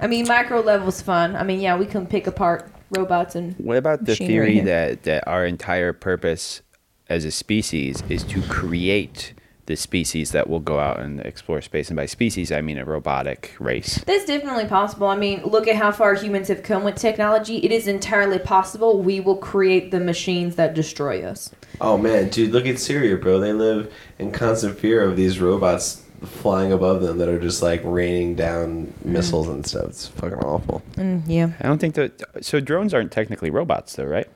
[SPEAKER 5] I mean, micro level's fun. I mean, yeah, we can pick apart robots and
[SPEAKER 4] What about the
[SPEAKER 5] Machinery
[SPEAKER 4] theory
[SPEAKER 5] here.
[SPEAKER 4] that, that our entire purpose as a species is to create the species that will go out and explore space. And by species, I mean a robotic race.
[SPEAKER 5] That's definitely possible. I mean, look at how far humans have come with technology. It is entirely possible we will create the machines that destroy us.
[SPEAKER 3] Oh man, dude, look at Syria, bro. They live in constant fear of these robots flying above them that are just like raining down missiles and stuff. It's fucking awful.
[SPEAKER 5] yeah.
[SPEAKER 4] I don't think that. So drones aren't technically robots, though, right?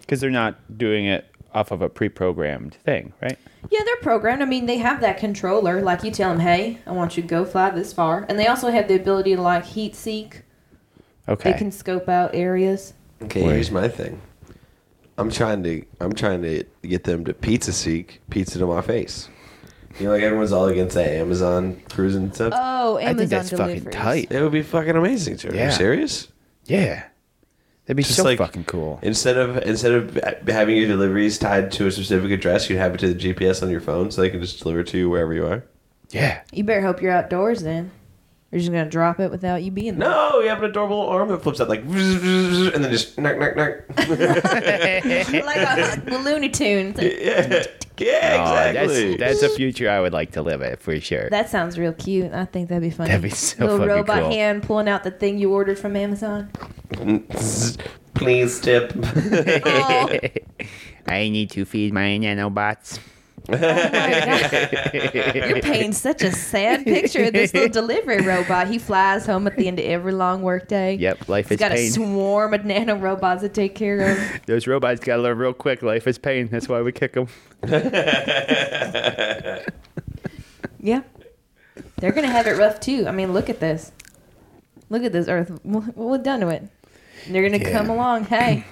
[SPEAKER 4] Because they're not doing it off of a pre-programmed thing, right?
[SPEAKER 5] Yeah, they're programmed. I mean, they have that controller. Like, you tell them, hey, I want you to go fly this far. And they also have the ability to, like, heat seek.
[SPEAKER 4] Okay.
[SPEAKER 5] They can scope out areas.
[SPEAKER 3] Okay,
[SPEAKER 4] Wait.
[SPEAKER 3] here's my thing. I'm trying to I'm trying to get them to pizza seek pizza to my face. You know, like everyone's all against that Amazon cruising stuff.
[SPEAKER 5] Oh,
[SPEAKER 4] I
[SPEAKER 5] Amazon
[SPEAKER 4] think that's
[SPEAKER 5] deliveries.
[SPEAKER 4] fucking tight.
[SPEAKER 3] it would be fucking amazing, Joe. Are
[SPEAKER 4] Yeah.
[SPEAKER 3] you serious?
[SPEAKER 4] Yeah. That'd be
[SPEAKER 3] Just
[SPEAKER 4] so
[SPEAKER 3] like-
[SPEAKER 4] fucking cool.
[SPEAKER 3] Instead of instead of having your deliveries tied to a specific address, you'd have it to the GPS on your phone, so they can just deliver it to you wherever you are.
[SPEAKER 4] Yeah.
[SPEAKER 5] You better hope you're outdoors then. You're just going to drop it without you being there.
[SPEAKER 3] No, you have an adorable arm that flips out like, and then just knock, knock, knock.
[SPEAKER 5] like a, a Looney Tunes.
[SPEAKER 3] yeah, yeah,
[SPEAKER 4] Aw,
[SPEAKER 3] exactly.
[SPEAKER 4] that's, that's a future I would like to live in for sure.
[SPEAKER 5] That sounds real cute. I think that'd be funny.
[SPEAKER 4] That'd be so
[SPEAKER 5] Little
[SPEAKER 4] fucking
[SPEAKER 5] robot
[SPEAKER 4] cool.
[SPEAKER 5] hand pulling out the thing you ordered from Amazon.
[SPEAKER 3] Please tip.
[SPEAKER 5] Oh,
[SPEAKER 4] I need to feed my nanobots.
[SPEAKER 5] you're painting such a sad picture of this little delivery robot. He flies home at the end of every long workday.
[SPEAKER 4] Yep, life
[SPEAKER 5] He's
[SPEAKER 4] is
[SPEAKER 5] got
[SPEAKER 4] pain.
[SPEAKER 5] a swarm of nano robots to take care of. him.
[SPEAKER 4] Those robots gotta learn real quick. Life is pain. That's why we kick them.
[SPEAKER 5] yeah. They're going to have it rough too. I mean, look at this. Look at this Earth. What we've done to it. And They're going to
[SPEAKER 4] Yeah.
[SPEAKER 5] come along. Hey,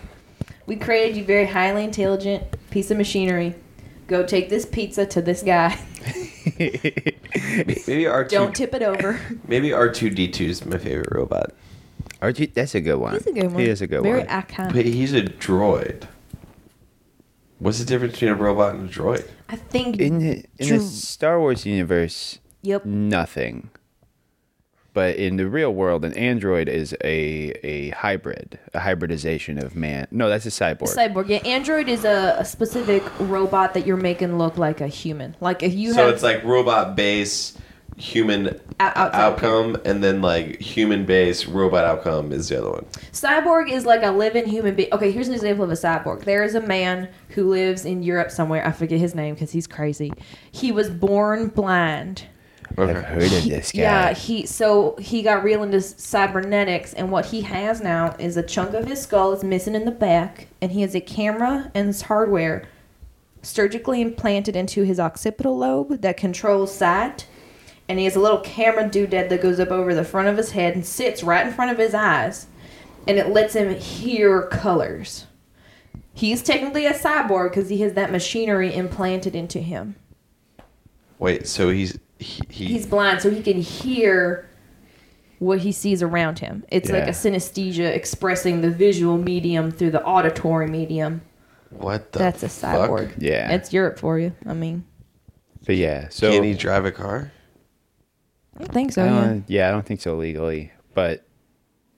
[SPEAKER 5] we created you very highly intelligent piece of machinery. Go take this pizza to this guy.
[SPEAKER 3] maybe R two.
[SPEAKER 5] Don't tip it over.
[SPEAKER 3] Maybe R two D two is my favorite robot,
[SPEAKER 4] RG, that's a good one.
[SPEAKER 5] He's a good one.
[SPEAKER 4] He is a good
[SPEAKER 5] Very
[SPEAKER 4] one.
[SPEAKER 5] iconic.
[SPEAKER 3] but he's a droid. What's the difference between a robot and a droid?
[SPEAKER 5] I think.
[SPEAKER 4] in the, in the
[SPEAKER 5] True.
[SPEAKER 4] Star Wars universe,
[SPEAKER 5] yep.
[SPEAKER 4] nothing. But in the real world, an android is a a hybrid, a hybridization of man. No, that's a cyborg.
[SPEAKER 5] Cyborg. Yeah, android is a, a specific robot that you're making look like a human. Like if you
[SPEAKER 3] so
[SPEAKER 5] have
[SPEAKER 3] it's like robot base, human
[SPEAKER 5] Out- outside.
[SPEAKER 3] outcome, and then like human base, robot outcome is the other one.
[SPEAKER 5] cyborg is like a living human being. Okay, here's an example of a cyborg. There is a man who lives in Europe somewhere. I forget his name because he's crazy. He was born blind.
[SPEAKER 4] I've heard of this guy.
[SPEAKER 5] Yeah, he so he got real into cybernetics, and what he has now is a chunk of his skull is missing in the back, and he has a camera and his hardware surgically implanted into his occipital lobe that controls sight, and he has a little camera doodad that goes up over the front of his head and sits right in front of his eyes, and it lets him hear colors. He's technically a cyborg because he has that machinery implanted into him.
[SPEAKER 3] Wait, so he's he, he
[SPEAKER 5] he's blind, so he can hear what he sees around him. It's like
[SPEAKER 4] Yeah.
[SPEAKER 5] a synesthesia expressing the visual medium through the auditory medium.
[SPEAKER 3] what the?
[SPEAKER 5] That's a
[SPEAKER 3] fuck?
[SPEAKER 5] cyborg.
[SPEAKER 4] Yeah.
[SPEAKER 5] it's Europe for you. I mean,
[SPEAKER 4] But yeah, so
[SPEAKER 3] Can he drive a car?
[SPEAKER 5] I think so.
[SPEAKER 4] I
[SPEAKER 5] Yeah,
[SPEAKER 4] don't- Oh, Uh, yeah, I don't think so legally. But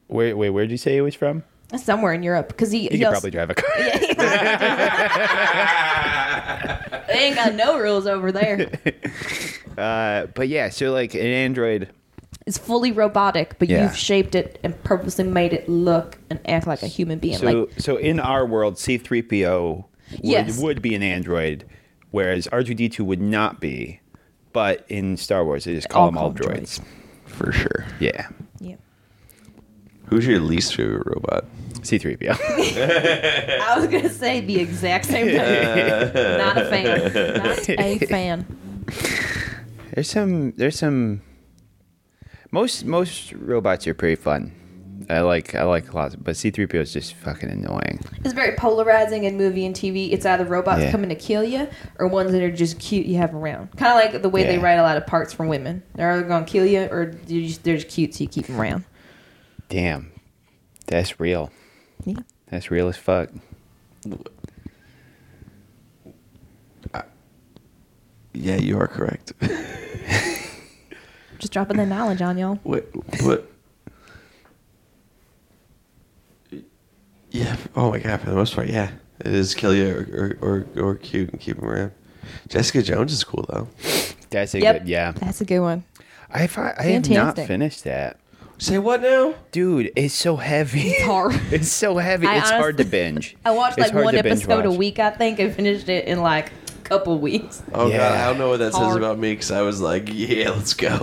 [SPEAKER 4] wait, wait, where would you say he was from?
[SPEAKER 5] It's somewhere in Europe because he,
[SPEAKER 4] He
[SPEAKER 5] he
[SPEAKER 4] could
[SPEAKER 5] also-
[SPEAKER 4] probably drive a car.
[SPEAKER 5] they ain't got no rules over there.
[SPEAKER 4] Uh, but yeah, so like an android,
[SPEAKER 5] It's fully robotic, but
[SPEAKER 4] Yeah.
[SPEAKER 5] you've shaped it and purposely made it look and act like a human being.
[SPEAKER 4] so
[SPEAKER 5] like
[SPEAKER 4] so in our world, C three PO would
[SPEAKER 5] Yes.
[SPEAKER 4] would be an android, whereas R two D two would not be. But in Star Wars, they just call
[SPEAKER 5] All
[SPEAKER 4] them all
[SPEAKER 5] called
[SPEAKER 4] droids.
[SPEAKER 3] For sure.
[SPEAKER 4] Yeah,
[SPEAKER 5] yeah.
[SPEAKER 3] Who's your least favorite robot?
[SPEAKER 4] C three PO.
[SPEAKER 5] I was gonna say the exact same thing. Not a fan. Not a fan.
[SPEAKER 4] There's some. There's some. Most most robots are pretty fun. I like I like lots, but C three PO is just fucking annoying.
[SPEAKER 5] It's very polarizing in movie and TV. It's either robots
[SPEAKER 4] Yeah.
[SPEAKER 5] coming to kill you or ones that are just cute you have around. Kind of like the way they
[SPEAKER 4] Yeah.
[SPEAKER 5] write a lot of parts for women. They're either going to kill you or they're just, they're just cute so you keep them around.
[SPEAKER 4] Damn, that's real.
[SPEAKER 5] Yeah.
[SPEAKER 4] That's real as fuck.
[SPEAKER 3] Yeah, you are correct.
[SPEAKER 5] Just dropping the knowledge on y'all.
[SPEAKER 3] What? What? Yeah. Oh my god. For the most part, yeah, it is kill you or or, or, or cute and keep him around. Jessica Jones is cool though.
[SPEAKER 4] That's a
[SPEAKER 5] Yep.
[SPEAKER 4] good. Yeah.
[SPEAKER 5] That's a good one.
[SPEAKER 4] I fi- I have not
[SPEAKER 5] Fantastic.
[SPEAKER 4] finished that.
[SPEAKER 3] Say what now?
[SPEAKER 4] Dude, it's so heavy.
[SPEAKER 5] It's hard.
[SPEAKER 4] It's so heavy.
[SPEAKER 5] I
[SPEAKER 4] it's hard to
[SPEAKER 5] honestly-
[SPEAKER 4] binge.
[SPEAKER 5] I watched
[SPEAKER 4] It's
[SPEAKER 5] like
[SPEAKER 4] hard
[SPEAKER 5] one
[SPEAKER 4] to binge
[SPEAKER 5] episode a
[SPEAKER 4] watch.
[SPEAKER 5] week, I think, and finished it in like a couple weeks.
[SPEAKER 3] Oh god,
[SPEAKER 4] Yeah.
[SPEAKER 3] I don't know what that says
[SPEAKER 5] Hard.
[SPEAKER 3] about me because I was like, yeah, let's go.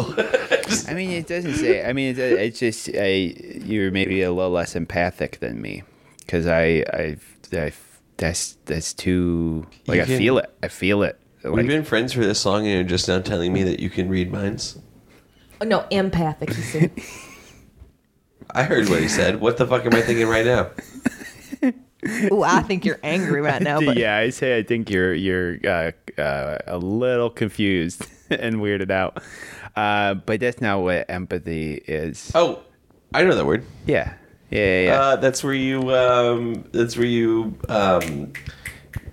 [SPEAKER 3] Just-
[SPEAKER 4] I mean, it doesn't say. I mean, it, it's just I, you're maybe a little less empathic than me, because I, I, I, that's that's too. Like
[SPEAKER 3] You
[SPEAKER 4] I
[SPEAKER 3] can-
[SPEAKER 4] feel it. I feel it. Like,
[SPEAKER 3] We've been friends for this long, and you're just now telling me that you can read minds.
[SPEAKER 5] Oh, no, empathic. He said.
[SPEAKER 3] I heard what he said. What the fuck am I thinking right now?
[SPEAKER 5] Ooh, I think you're angry right now. Oh, But
[SPEAKER 4] yeah, I say I think you're you're uh, uh, a little confused and weirded out, uh, but that's not what empathy is.
[SPEAKER 3] Oh, I know that word.
[SPEAKER 4] Yeah, yeah, yeah. yeah.
[SPEAKER 3] Uh, that's where you. Um, that's where you. Um,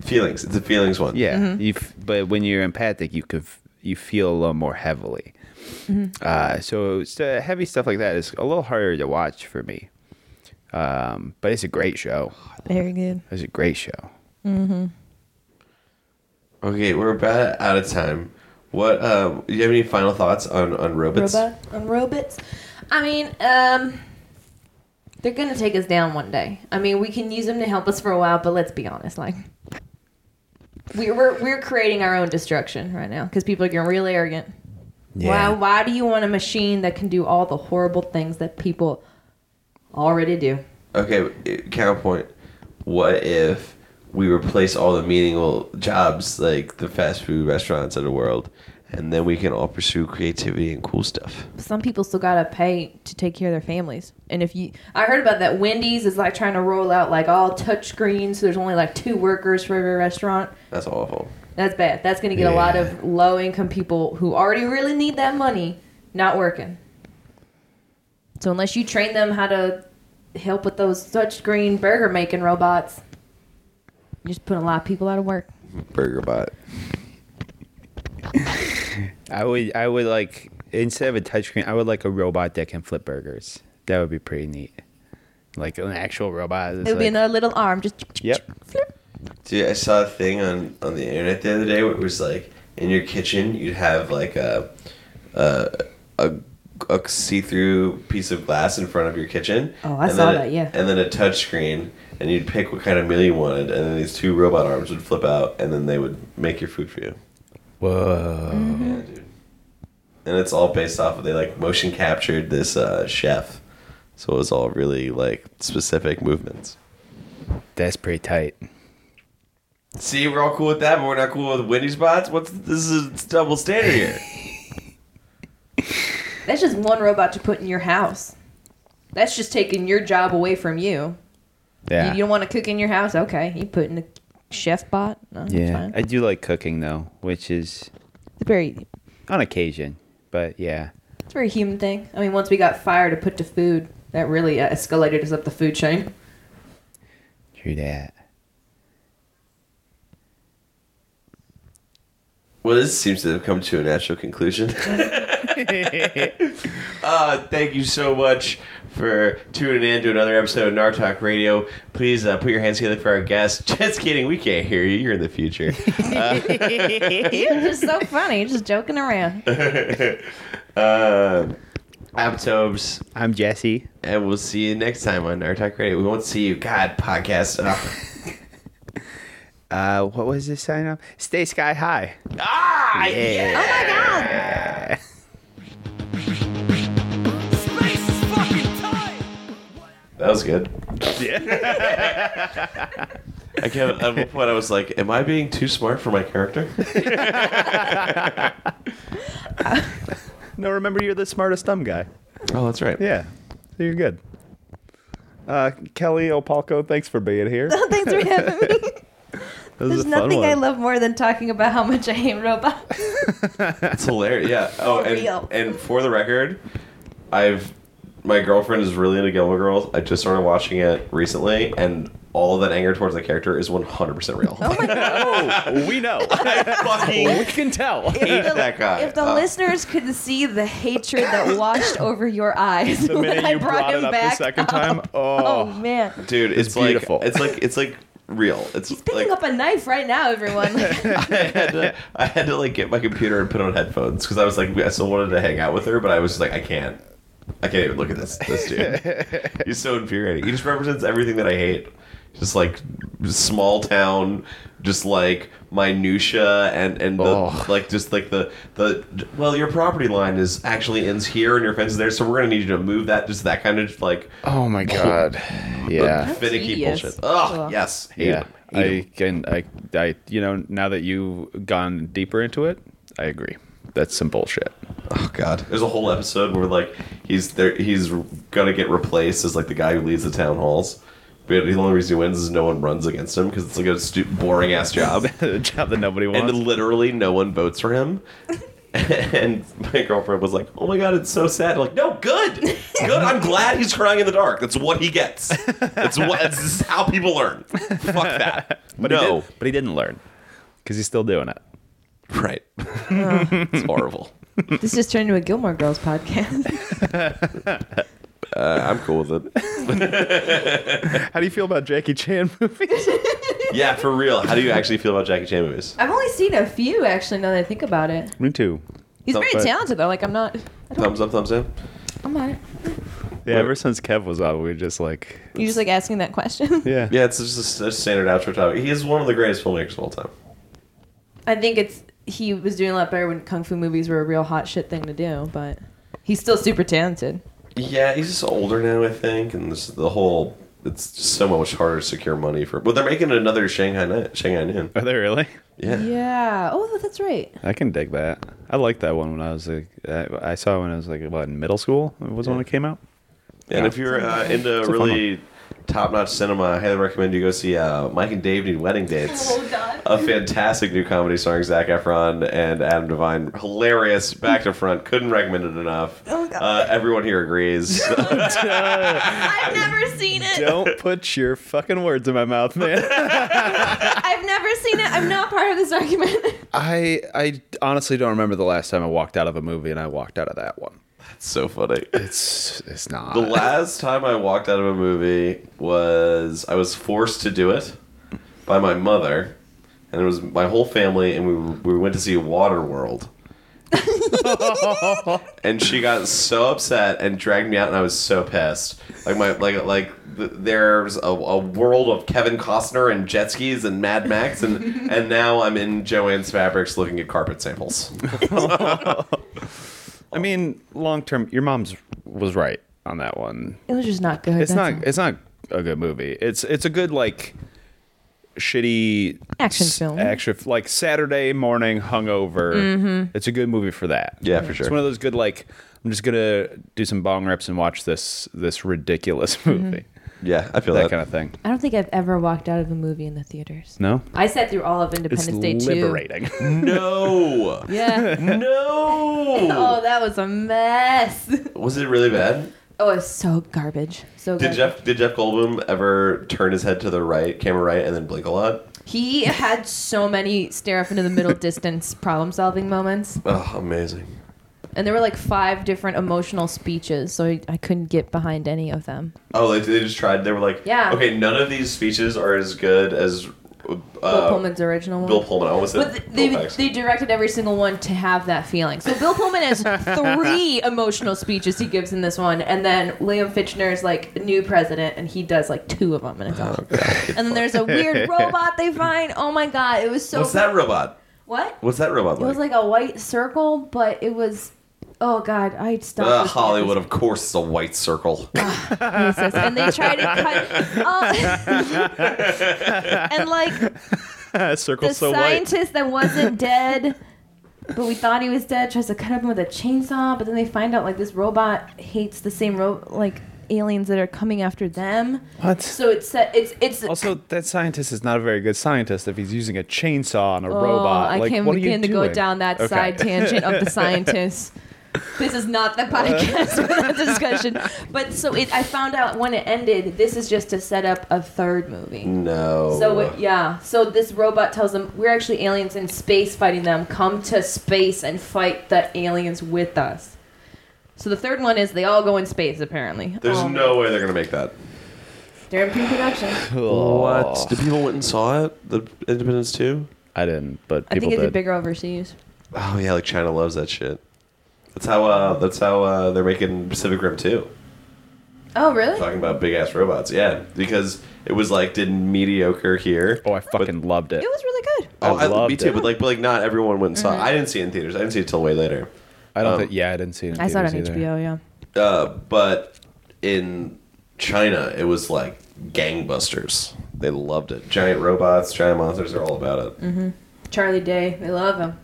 [SPEAKER 3] feelings. It's a feelings one.
[SPEAKER 4] Yeah, you. F- but when you're empathic, you could f- you feel a little more heavily. Uh, so, so heavy stuff like that is a little harder to watch for me. Um, but it's a great show.
[SPEAKER 5] very good.
[SPEAKER 4] It's a great show.
[SPEAKER 3] Okay, we're about out of time. What? Um, do you have any final thoughts on on robots?
[SPEAKER 5] Robot on robots. I mean, um, they're gonna take us down one day. I mean, we can use them to help us for a while, but let's be honest, like. we- We're, we're creating our own destruction right now because people are getting real arrogant.
[SPEAKER 4] Yeah.
[SPEAKER 5] Why, why do you want a machine that can do all the horrible things that people already do?
[SPEAKER 3] Okay, uh, counterpoint. What if we replace all the meaningful jobs like the fast food restaurants of the world, and then we can all pursue creativity and cool stuff?
[SPEAKER 5] some people still gotta pay to take care of their families. And if you, I heard about that. Wendy's is like trying to roll out like all touch screens, so there's only like two workers for every restaurant.
[SPEAKER 3] That's awful.
[SPEAKER 5] That's bad. That's gonna get a lot
[SPEAKER 4] Yeah.
[SPEAKER 5] of low income people who already really need that money not working. So unless you train them how to help with those touch screen burger making robots, you're just putting a lot of people out of work.
[SPEAKER 3] Burger bot.
[SPEAKER 4] I would I would like instead of a touchscreen, I would like a robot that can flip burgers. That would be pretty neat. Like an actual robot. It's
[SPEAKER 5] It would be
[SPEAKER 4] like-
[SPEAKER 5] another little arm just.
[SPEAKER 4] Yep.
[SPEAKER 3] Dude, I saw a thing on on the internet the other day where it was like in your kitchen you'd have like a a a, a see through piece of glass in front of your kitchen.
[SPEAKER 5] Oh, I
[SPEAKER 3] and
[SPEAKER 5] saw
[SPEAKER 3] then a-
[SPEAKER 5] that, yeah.
[SPEAKER 3] And then a touch screen, and you'd pick what kind of meal you wanted, and then these two robot arms would flip out, and then they would make your food for you.
[SPEAKER 4] Whoa.
[SPEAKER 5] Mm-hmm.
[SPEAKER 3] Yeah, dude. And it's all based off of they like motion captured this uh, chef, so it was all really like specific movements.
[SPEAKER 4] That's pretty tight.
[SPEAKER 3] See, we're all cool with that, but we're not cool with Wendy's bots. What's this is it's double standard here?
[SPEAKER 5] That's just one robot to put in your house. That's just taking your job away from you.
[SPEAKER 4] Yeah.
[SPEAKER 5] You, you don't want to cook in your house? Okay. You put in the chef bot? No, it's
[SPEAKER 4] yeah.
[SPEAKER 5] fine.
[SPEAKER 4] I do like cooking though, which is
[SPEAKER 5] It's very
[SPEAKER 4] on occasion. But yeah.
[SPEAKER 5] it's a very human thing. I mean, once we got fire to put to food, that really uh, escalated us up the food chain.
[SPEAKER 4] True that.
[SPEAKER 3] Well, this seems to have come to a natural conclusion. uh, thank you so much for tuning in to another episode of Nartalk Radio. Please uh, put your hands together for our guest. Just kidding, we can't hear you. You're in the future.
[SPEAKER 5] You're just so funny. You're just joking around.
[SPEAKER 3] Uh, I'm Tobes,
[SPEAKER 4] I'm Jesse.
[SPEAKER 3] and we'll see you next time on Nartalk Radio. We won't see you. God, podcast. Ah, Ugh.
[SPEAKER 4] Uh, what was this sign up? Stay sky high.
[SPEAKER 3] ah, yeah.
[SPEAKER 2] Space is fucking tight.
[SPEAKER 3] That was good. Yeah. I can't, at one point, I was like, "Am I being too smart for my character?"
[SPEAKER 4] No, remember you're the smartest dumb guy.
[SPEAKER 3] Oh, that's right.
[SPEAKER 4] Yeah, so you're good. Uh, Kelly Opalco, thanks for being here. That
[SPEAKER 5] Thanks for having me.
[SPEAKER 4] was
[SPEAKER 5] There's
[SPEAKER 4] a fun
[SPEAKER 5] nothing I
[SPEAKER 4] one.
[SPEAKER 5] love more than talking about how much I hate robots.
[SPEAKER 3] It's hilarious. Yeah. Oh,
[SPEAKER 5] For real.
[SPEAKER 3] and, and for the record, I've my girlfriend is really into Gilmore Girls. I just started watching it recently, and all that anger towards the character is 100% real.
[SPEAKER 4] Oh, we know.
[SPEAKER 3] fucking
[SPEAKER 4] we can tell.
[SPEAKER 3] hate that guy.
[SPEAKER 5] If the
[SPEAKER 3] Uh,
[SPEAKER 5] listeners could see the hatred that washed over your eyes
[SPEAKER 4] The
[SPEAKER 5] when
[SPEAKER 4] minute
[SPEAKER 5] I
[SPEAKER 4] you
[SPEAKER 5] brought,
[SPEAKER 4] brought
[SPEAKER 5] him
[SPEAKER 4] it up the
[SPEAKER 5] back
[SPEAKER 4] second time,
[SPEAKER 5] Oh
[SPEAKER 4] oh,
[SPEAKER 5] man.
[SPEAKER 3] dude, it's,
[SPEAKER 4] beautiful.
[SPEAKER 3] Like, it's like it's like real. It's
[SPEAKER 5] He's picking up a knife right now, everyone. Like,
[SPEAKER 3] I had to, I had to like get my computer and put on headphones because I was like, I still wanted to hang out with her, but I was just like, I can't, I can't even look at this this dude. He's so infuriating. He just represents everything that I hate. Just like small town, just like minutia and and the,
[SPEAKER 4] Oh.
[SPEAKER 3] like just like the the well, your property line is actually ends here and your fence is there, so we're gonna need you to move that. Just that kind of like
[SPEAKER 4] Oh my god. Yeah.
[SPEAKER 3] finicky
[SPEAKER 5] tedious.
[SPEAKER 3] bullshit. Oh
[SPEAKER 5] Ugh.
[SPEAKER 3] yes, hate
[SPEAKER 4] Yeah.
[SPEAKER 3] him.
[SPEAKER 4] I can I I you know, now that you've gone deeper into it, I agree. That's some bullshit.
[SPEAKER 1] Oh God.
[SPEAKER 3] There's a whole episode where like he's there, he's gonna get replaced as like the guy who leads the town halls. But the only reason he wins is no one runs against him because it's like a stu- boring ass job,
[SPEAKER 4] the job that nobody wants.
[SPEAKER 3] and literally no one votes for him. and my girlfriend was like, "Oh my god, it's so sad." I'm like, no, good, good. I'm glad he's crying in the dark. That's what he gets. That's what. This is how people learn. Fuck that.
[SPEAKER 4] but he
[SPEAKER 3] no,
[SPEAKER 4] did, but he didn't learn because he's still doing it.
[SPEAKER 3] right. it's horrible.
[SPEAKER 5] this just turned into a Gilmore Girls podcast.
[SPEAKER 3] Uh, I'm cool with it.
[SPEAKER 4] How do you feel about Jackie Chan movies?
[SPEAKER 3] Yeah, for real. How do you actually feel about Jackie Chan movies?
[SPEAKER 5] I've only seen a few, actually, now that I think about it.
[SPEAKER 4] Me too.
[SPEAKER 5] He's very
[SPEAKER 4] but-
[SPEAKER 5] talented, though. Like, I'm not. I don't,
[SPEAKER 3] Thumbs up, thumbs down.
[SPEAKER 5] I'm not.
[SPEAKER 4] Yeah, ever since Kev was on, we were just like,
[SPEAKER 5] You're just like asking that question.
[SPEAKER 4] yeah,
[SPEAKER 3] Yeah, it's just a, a standard outro topic. He is one of the greatest filmmakers of all time.
[SPEAKER 5] I think it's he was doing a lot better when kung fu movies were a real hot shit thing to do, but he's still super talented.
[SPEAKER 3] Yeah, he's just older now, I think, and this, the whole it's just so much harder to secure money for. But they're making another Shanghai Night, Shanghai Noon.
[SPEAKER 4] Are they really?
[SPEAKER 3] Yeah.
[SPEAKER 5] Yeah. Oh, that's right.
[SPEAKER 4] I can dig that. I liked that one when I was like, I, I saw it when I was like, what, in middle school? It was when it came out.
[SPEAKER 3] And if you're uh, into
[SPEAKER 4] a fun
[SPEAKER 3] really top-notch cinema, I highly recommend you go see uh, Mike and Dave Need Wedding Dates.
[SPEAKER 5] Oh, God.
[SPEAKER 3] A fantastic new comedy starring Zach Efron and Adam Devine. Hilarious, back to front. Couldn't recommend it enough.
[SPEAKER 5] Oh, God.
[SPEAKER 3] Uh, everyone here agrees.
[SPEAKER 5] I've never seen it.
[SPEAKER 4] Don't put your fucking words in my mouth, man.
[SPEAKER 5] I've never seen it. I'm not part of this argument.
[SPEAKER 4] I I honestly don't remember the last time I walked out of a movie, and I walked out of that one.
[SPEAKER 3] it's so funny.
[SPEAKER 4] It's it's not.
[SPEAKER 3] The last time I walked out of a movie was I was forced to do it by my mother, and it was my whole family, and we we went to see Waterworld. and she got so upset and dragged me out, and I was so pissed. Like my like like th- there's a, a world of Kevin Costner and jet skis and Mad Max, and and now I'm in Joanne's Fabrics looking at carpet samples.
[SPEAKER 4] I mean, long term, your mom's was right on that one.
[SPEAKER 5] It was just not good.
[SPEAKER 4] It's not. It's not a good movie. It's it's a good like shitty
[SPEAKER 5] Action
[SPEAKER 4] s-
[SPEAKER 5] film.
[SPEAKER 4] Action like Saturday morning hungover. It's a good movie for that.
[SPEAKER 3] Yeah, for sure.
[SPEAKER 4] It's one of those good like I'm just gonna do some bong reps and watch this this ridiculous movie.
[SPEAKER 3] Yeah, I feel
[SPEAKER 4] That kind of thing.
[SPEAKER 5] I don't think I've ever walked out of a movie in the theaters.
[SPEAKER 4] No,
[SPEAKER 5] I sat through all of
[SPEAKER 4] it's
[SPEAKER 5] Independence Day too.
[SPEAKER 4] liberating.
[SPEAKER 3] No,
[SPEAKER 5] Yeah.
[SPEAKER 3] no.
[SPEAKER 5] oh, that was a mess.
[SPEAKER 3] Was it really bad?
[SPEAKER 5] Oh, it's so garbage. So
[SPEAKER 3] Did
[SPEAKER 5] garbage.
[SPEAKER 3] Jeff did Jeff Goldblum ever turn his head to the right, camera right, and then blink a lot?
[SPEAKER 5] He had so many stare off into the middle distance problem solving moments.
[SPEAKER 3] Oh, amazing!
[SPEAKER 5] And there were like five different emotional speeches, so I, I couldn't get behind any of them.
[SPEAKER 3] Oh, they, they just tried. They were like,
[SPEAKER 5] Yeah.
[SPEAKER 3] okay, none of these speeches are as good as uh,
[SPEAKER 5] Bill Pullman's original one.
[SPEAKER 3] Bill Pullman. I almost said
[SPEAKER 5] but th- they,
[SPEAKER 3] Bill Paxton.
[SPEAKER 5] they directed every single one to have that feeling. So Bill Pullman has three emotional speeches he gives in this one, and then Liam Fitchner is like new president, and he does like two of them, and it's all. and then there's a weird robot they find. Oh my god, it was so.
[SPEAKER 3] What's that robot?
[SPEAKER 5] What?
[SPEAKER 3] What's that robot
[SPEAKER 5] It
[SPEAKER 3] like?
[SPEAKER 5] was like a white circle, but it was. Oh God, I stopped.
[SPEAKER 3] Ugh,
[SPEAKER 5] listening.
[SPEAKER 3] Hollywood, of course, it's a white circle.
[SPEAKER 5] Jesus. And they tried to cut. uh, and like
[SPEAKER 4] Circle
[SPEAKER 5] the
[SPEAKER 4] so white.
[SPEAKER 5] scientist that wasn't dead, but we thought he was dead, tries to cut him with a chainsaw. But then they find out like this robot hates the same ro- like aliens that are coming after them.
[SPEAKER 4] What?
[SPEAKER 5] So it's set- it's it's.
[SPEAKER 4] Also, that scientist is not a very good scientist if he's using a chainsaw on a
[SPEAKER 5] Oh,
[SPEAKER 4] robot.
[SPEAKER 5] I
[SPEAKER 4] like,
[SPEAKER 5] can't
[SPEAKER 4] what are you
[SPEAKER 5] begin to go
[SPEAKER 4] doing?
[SPEAKER 5] down that
[SPEAKER 4] Okay.
[SPEAKER 5] side tangent of the scientists. This is not the podcast for that discussion. But so it, I found out when it ended, this is just to set up a third movie.
[SPEAKER 3] No.
[SPEAKER 5] So it, yeah, so this robot tells them we're actually aliens in space fighting them. Come to space and fight the aliens with us. So the third one is they all go in space apparently.
[SPEAKER 3] There's
[SPEAKER 5] Um,
[SPEAKER 3] no way they're gonna make that.
[SPEAKER 5] They're in pre-production.
[SPEAKER 3] What? Did people went and saw it? The Independence 2?
[SPEAKER 4] I didn't, but
[SPEAKER 5] I
[SPEAKER 4] people
[SPEAKER 5] think it's a
[SPEAKER 4] did.
[SPEAKER 5] bigger overseas.
[SPEAKER 3] Oh yeah, like China loves that shit. That's how uh, that's how uh, they're making Pacific Rim 2.
[SPEAKER 5] Oh, really?
[SPEAKER 3] Talking about big ass robots, yeah, because it was like did mediocre here.
[SPEAKER 4] oh, I fucking loved it.
[SPEAKER 5] It was really good.
[SPEAKER 3] Oh,
[SPEAKER 4] I
[SPEAKER 3] I
[SPEAKER 4] loved
[SPEAKER 3] me too,
[SPEAKER 4] it.
[SPEAKER 3] but like, but like, not everyone went and saw. it. I didn't see it in theaters. I didn't see it till way later.
[SPEAKER 4] I don't
[SPEAKER 3] um,
[SPEAKER 4] think. Yeah, I didn't see it. In
[SPEAKER 5] I saw it on
[SPEAKER 4] theaters either.
[SPEAKER 5] HBO. Yeah.
[SPEAKER 3] Uh, but in China, it was like gangbusters. They loved it. Giant robots, giant monsters are all about it.
[SPEAKER 5] Charlie Day. I love him.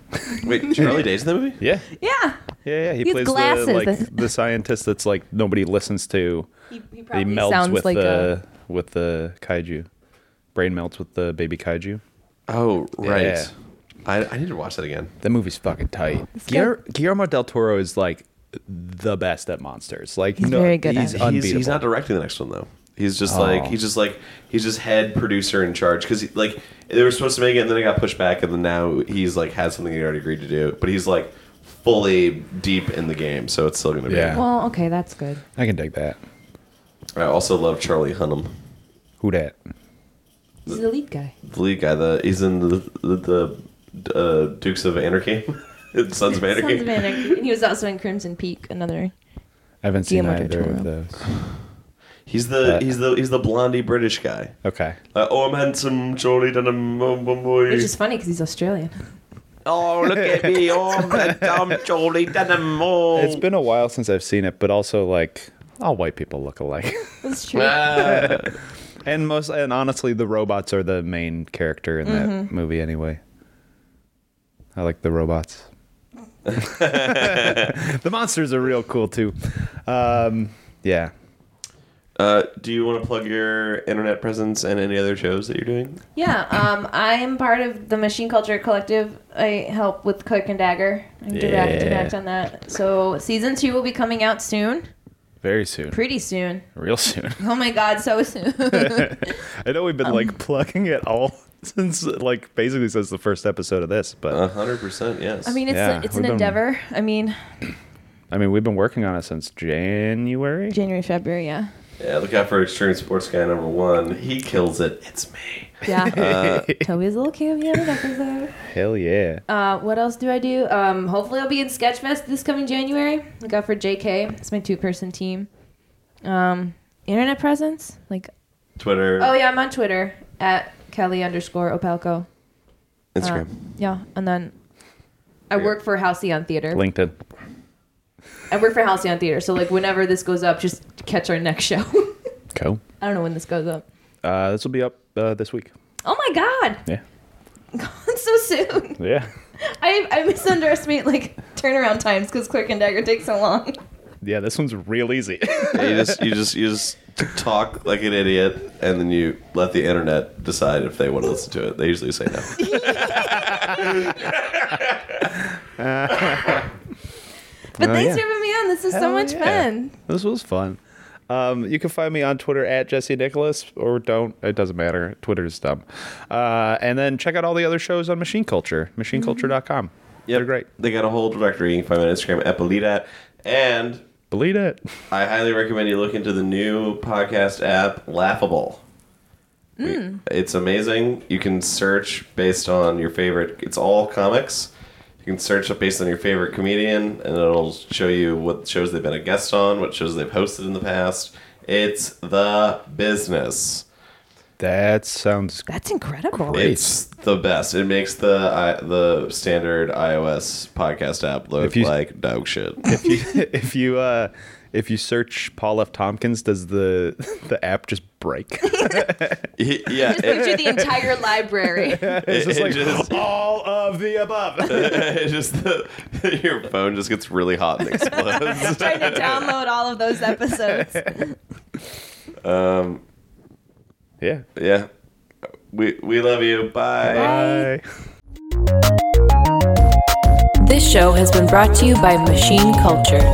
[SPEAKER 3] Wait, Charlie Day's in the movie?
[SPEAKER 4] Yeah,
[SPEAKER 5] Yeah.
[SPEAKER 4] yeah, yeah. He,
[SPEAKER 5] He has
[SPEAKER 4] plays
[SPEAKER 5] glasses.
[SPEAKER 4] the like the scientist that's like nobody listens to.
[SPEAKER 5] He, he
[SPEAKER 4] He
[SPEAKER 5] probably
[SPEAKER 4] melts
[SPEAKER 5] sounds
[SPEAKER 4] with
[SPEAKER 5] like
[SPEAKER 4] the with the kaiju. Brain melts with the baby kaiju.
[SPEAKER 3] Oh right.
[SPEAKER 4] Yeah.
[SPEAKER 3] I, I need to watch that again.
[SPEAKER 4] That movie's fucking tight. Guillermo, Guillermo del Toro is like the best at monsters. Like
[SPEAKER 5] He's
[SPEAKER 4] no,
[SPEAKER 5] very good at
[SPEAKER 4] he's
[SPEAKER 5] it.
[SPEAKER 4] unbeatable.
[SPEAKER 3] He's, he's not directing the next one though. He's just
[SPEAKER 4] Oh.
[SPEAKER 3] like he's just like he's just head producer in charge because like they were supposed to make it and then it got pushed back and then now he's like had something he already agreed to do, but he's like fully deep in the game, so it's still gonna be.
[SPEAKER 4] Yeah.
[SPEAKER 5] a. Well, okay, that's good.
[SPEAKER 4] I can dig that.
[SPEAKER 3] I also love Charlie Hunnam,
[SPEAKER 4] Who dat?
[SPEAKER 5] He's the lead guy.
[SPEAKER 3] the lead guy. The he's in the the, the uh, Dukes of Anarchy, Sons of Anarchy.
[SPEAKER 5] Sons of Anarchy. And he was also in Crimson Peak, another.
[SPEAKER 4] I haven't seen
[SPEAKER 5] Guillermo
[SPEAKER 4] either
[SPEAKER 5] del
[SPEAKER 4] of those.
[SPEAKER 3] He's the
[SPEAKER 4] Uh,
[SPEAKER 3] he's the he's the blondie British guy.
[SPEAKER 4] Okay.
[SPEAKER 3] Like, oh, I'm handsome, Charlie Dunham, oh, boy, boy.
[SPEAKER 5] Which is funny because he's Australian.
[SPEAKER 3] Oh, look at me. Oh, I'm Charlie Dunham. Oh.
[SPEAKER 4] It's been a while since I've seen it, but also like all white people look alike.
[SPEAKER 5] That's true.
[SPEAKER 3] Ah.
[SPEAKER 4] and most and honestly the robots are the main character in
[SPEAKER 5] Mm-hmm.
[SPEAKER 4] that movie anyway. I like the robots. the monsters are real cool too. Um, yeah.
[SPEAKER 3] Uh, do you want to plug your internet presence and any other shows that you're doing?
[SPEAKER 5] Yeah, um, I'm part of the Machine Culture Collective. I help with Cloak and Dagger. I'm direct
[SPEAKER 4] Yeah.
[SPEAKER 5] and act on that. So season two will be coming out soon,
[SPEAKER 4] Very soon.
[SPEAKER 5] pretty soon.
[SPEAKER 4] Real soon.
[SPEAKER 5] Oh my God, so soon.
[SPEAKER 4] I know we've been
[SPEAKER 5] Um.
[SPEAKER 4] like plugging it all since like basically since the first episode of this, but
[SPEAKER 5] Uh-huh.
[SPEAKER 3] A hundred percent, yes.
[SPEAKER 5] I mean, it's
[SPEAKER 4] Yeah,
[SPEAKER 5] it's an
[SPEAKER 4] we've been-
[SPEAKER 5] endeavor. I mean,
[SPEAKER 4] I mean we've been working on it since January.
[SPEAKER 5] January, February, yeah,
[SPEAKER 3] yeah, look out for Extreme Sports Guy number one. He kills it. It's me.
[SPEAKER 5] yeah. Toby's a little cameo in an episode.
[SPEAKER 4] Hell yeah.
[SPEAKER 5] Uh, what else do I do? Um, hopefully, I'll be in Sketchfest this coming January. Look out for JK. It's my two-person team. Um, internet presence, like
[SPEAKER 3] Twitter,
[SPEAKER 5] Oh yeah, I'm on Twitter at Kelly underscore Opalco.
[SPEAKER 3] Instagram.
[SPEAKER 5] Yeah, and then I work for Halcyon Theater.
[SPEAKER 4] LinkedIn.
[SPEAKER 5] I work for Halcyon Theater, so like whenever this goes up, just catch our next show.
[SPEAKER 4] Cool.
[SPEAKER 5] I don't know when this goes up.
[SPEAKER 4] Uh, this will be up uh, this week.
[SPEAKER 5] Oh my
[SPEAKER 4] Yeah.
[SPEAKER 5] God, it's so soon.
[SPEAKER 4] Yeah.
[SPEAKER 5] I I misunderestimate like turnaround times because Clerk and Dagger takes so long.
[SPEAKER 4] Yeah, this one's real easy.
[SPEAKER 3] Yeah, you just you just you just talk like an idiot, and then you let the internet decide if they want to listen to it. They usually say no.
[SPEAKER 5] But
[SPEAKER 4] Oh,
[SPEAKER 5] thanks
[SPEAKER 4] yeah.
[SPEAKER 5] for having me on. This is so
[SPEAKER 4] Hell
[SPEAKER 5] much
[SPEAKER 4] yeah.
[SPEAKER 5] fun.
[SPEAKER 4] this was fun. Um, you can find me on Twitter at Jesse Nicholas or don't. It doesn't matter. Twitter's dumb. Uh, and then check out all the other shows on Machine Culture,
[SPEAKER 5] Mm-hmm.
[SPEAKER 4] machineculture.com.
[SPEAKER 3] Yep.
[SPEAKER 4] They're great.
[SPEAKER 3] They got a whole directory. You can find me on Instagram at Belita. And
[SPEAKER 4] Believe it.
[SPEAKER 3] I highly recommend you look into the new podcast app, Laughable. It's amazing. You can search based on your favorite. It's all comics. You can search up based on your favorite comedian, and it'll show you what shows they've been a guest on, what shows they've hosted in the past. It's the business.
[SPEAKER 4] That sounds
[SPEAKER 5] That's incredible.
[SPEAKER 3] It's the best. It makes the I the standard iOS podcast app look
[SPEAKER 4] If you-
[SPEAKER 3] like dog shit.
[SPEAKER 4] if you if you uh if you search Paul F. Tompkins, does the the app just break?
[SPEAKER 3] yeah,
[SPEAKER 5] Just
[SPEAKER 3] it-
[SPEAKER 5] picture the entire library.
[SPEAKER 4] It's just
[SPEAKER 3] It
[SPEAKER 4] like
[SPEAKER 3] just-
[SPEAKER 4] all of the above.
[SPEAKER 3] It's just the, your phone just gets really hot and explodes.
[SPEAKER 5] trying to download all of those episodes.
[SPEAKER 4] yeah.
[SPEAKER 3] yeah. We we love you. Bye.
[SPEAKER 4] Bye.
[SPEAKER 6] This show has been brought to you by Machine Culture.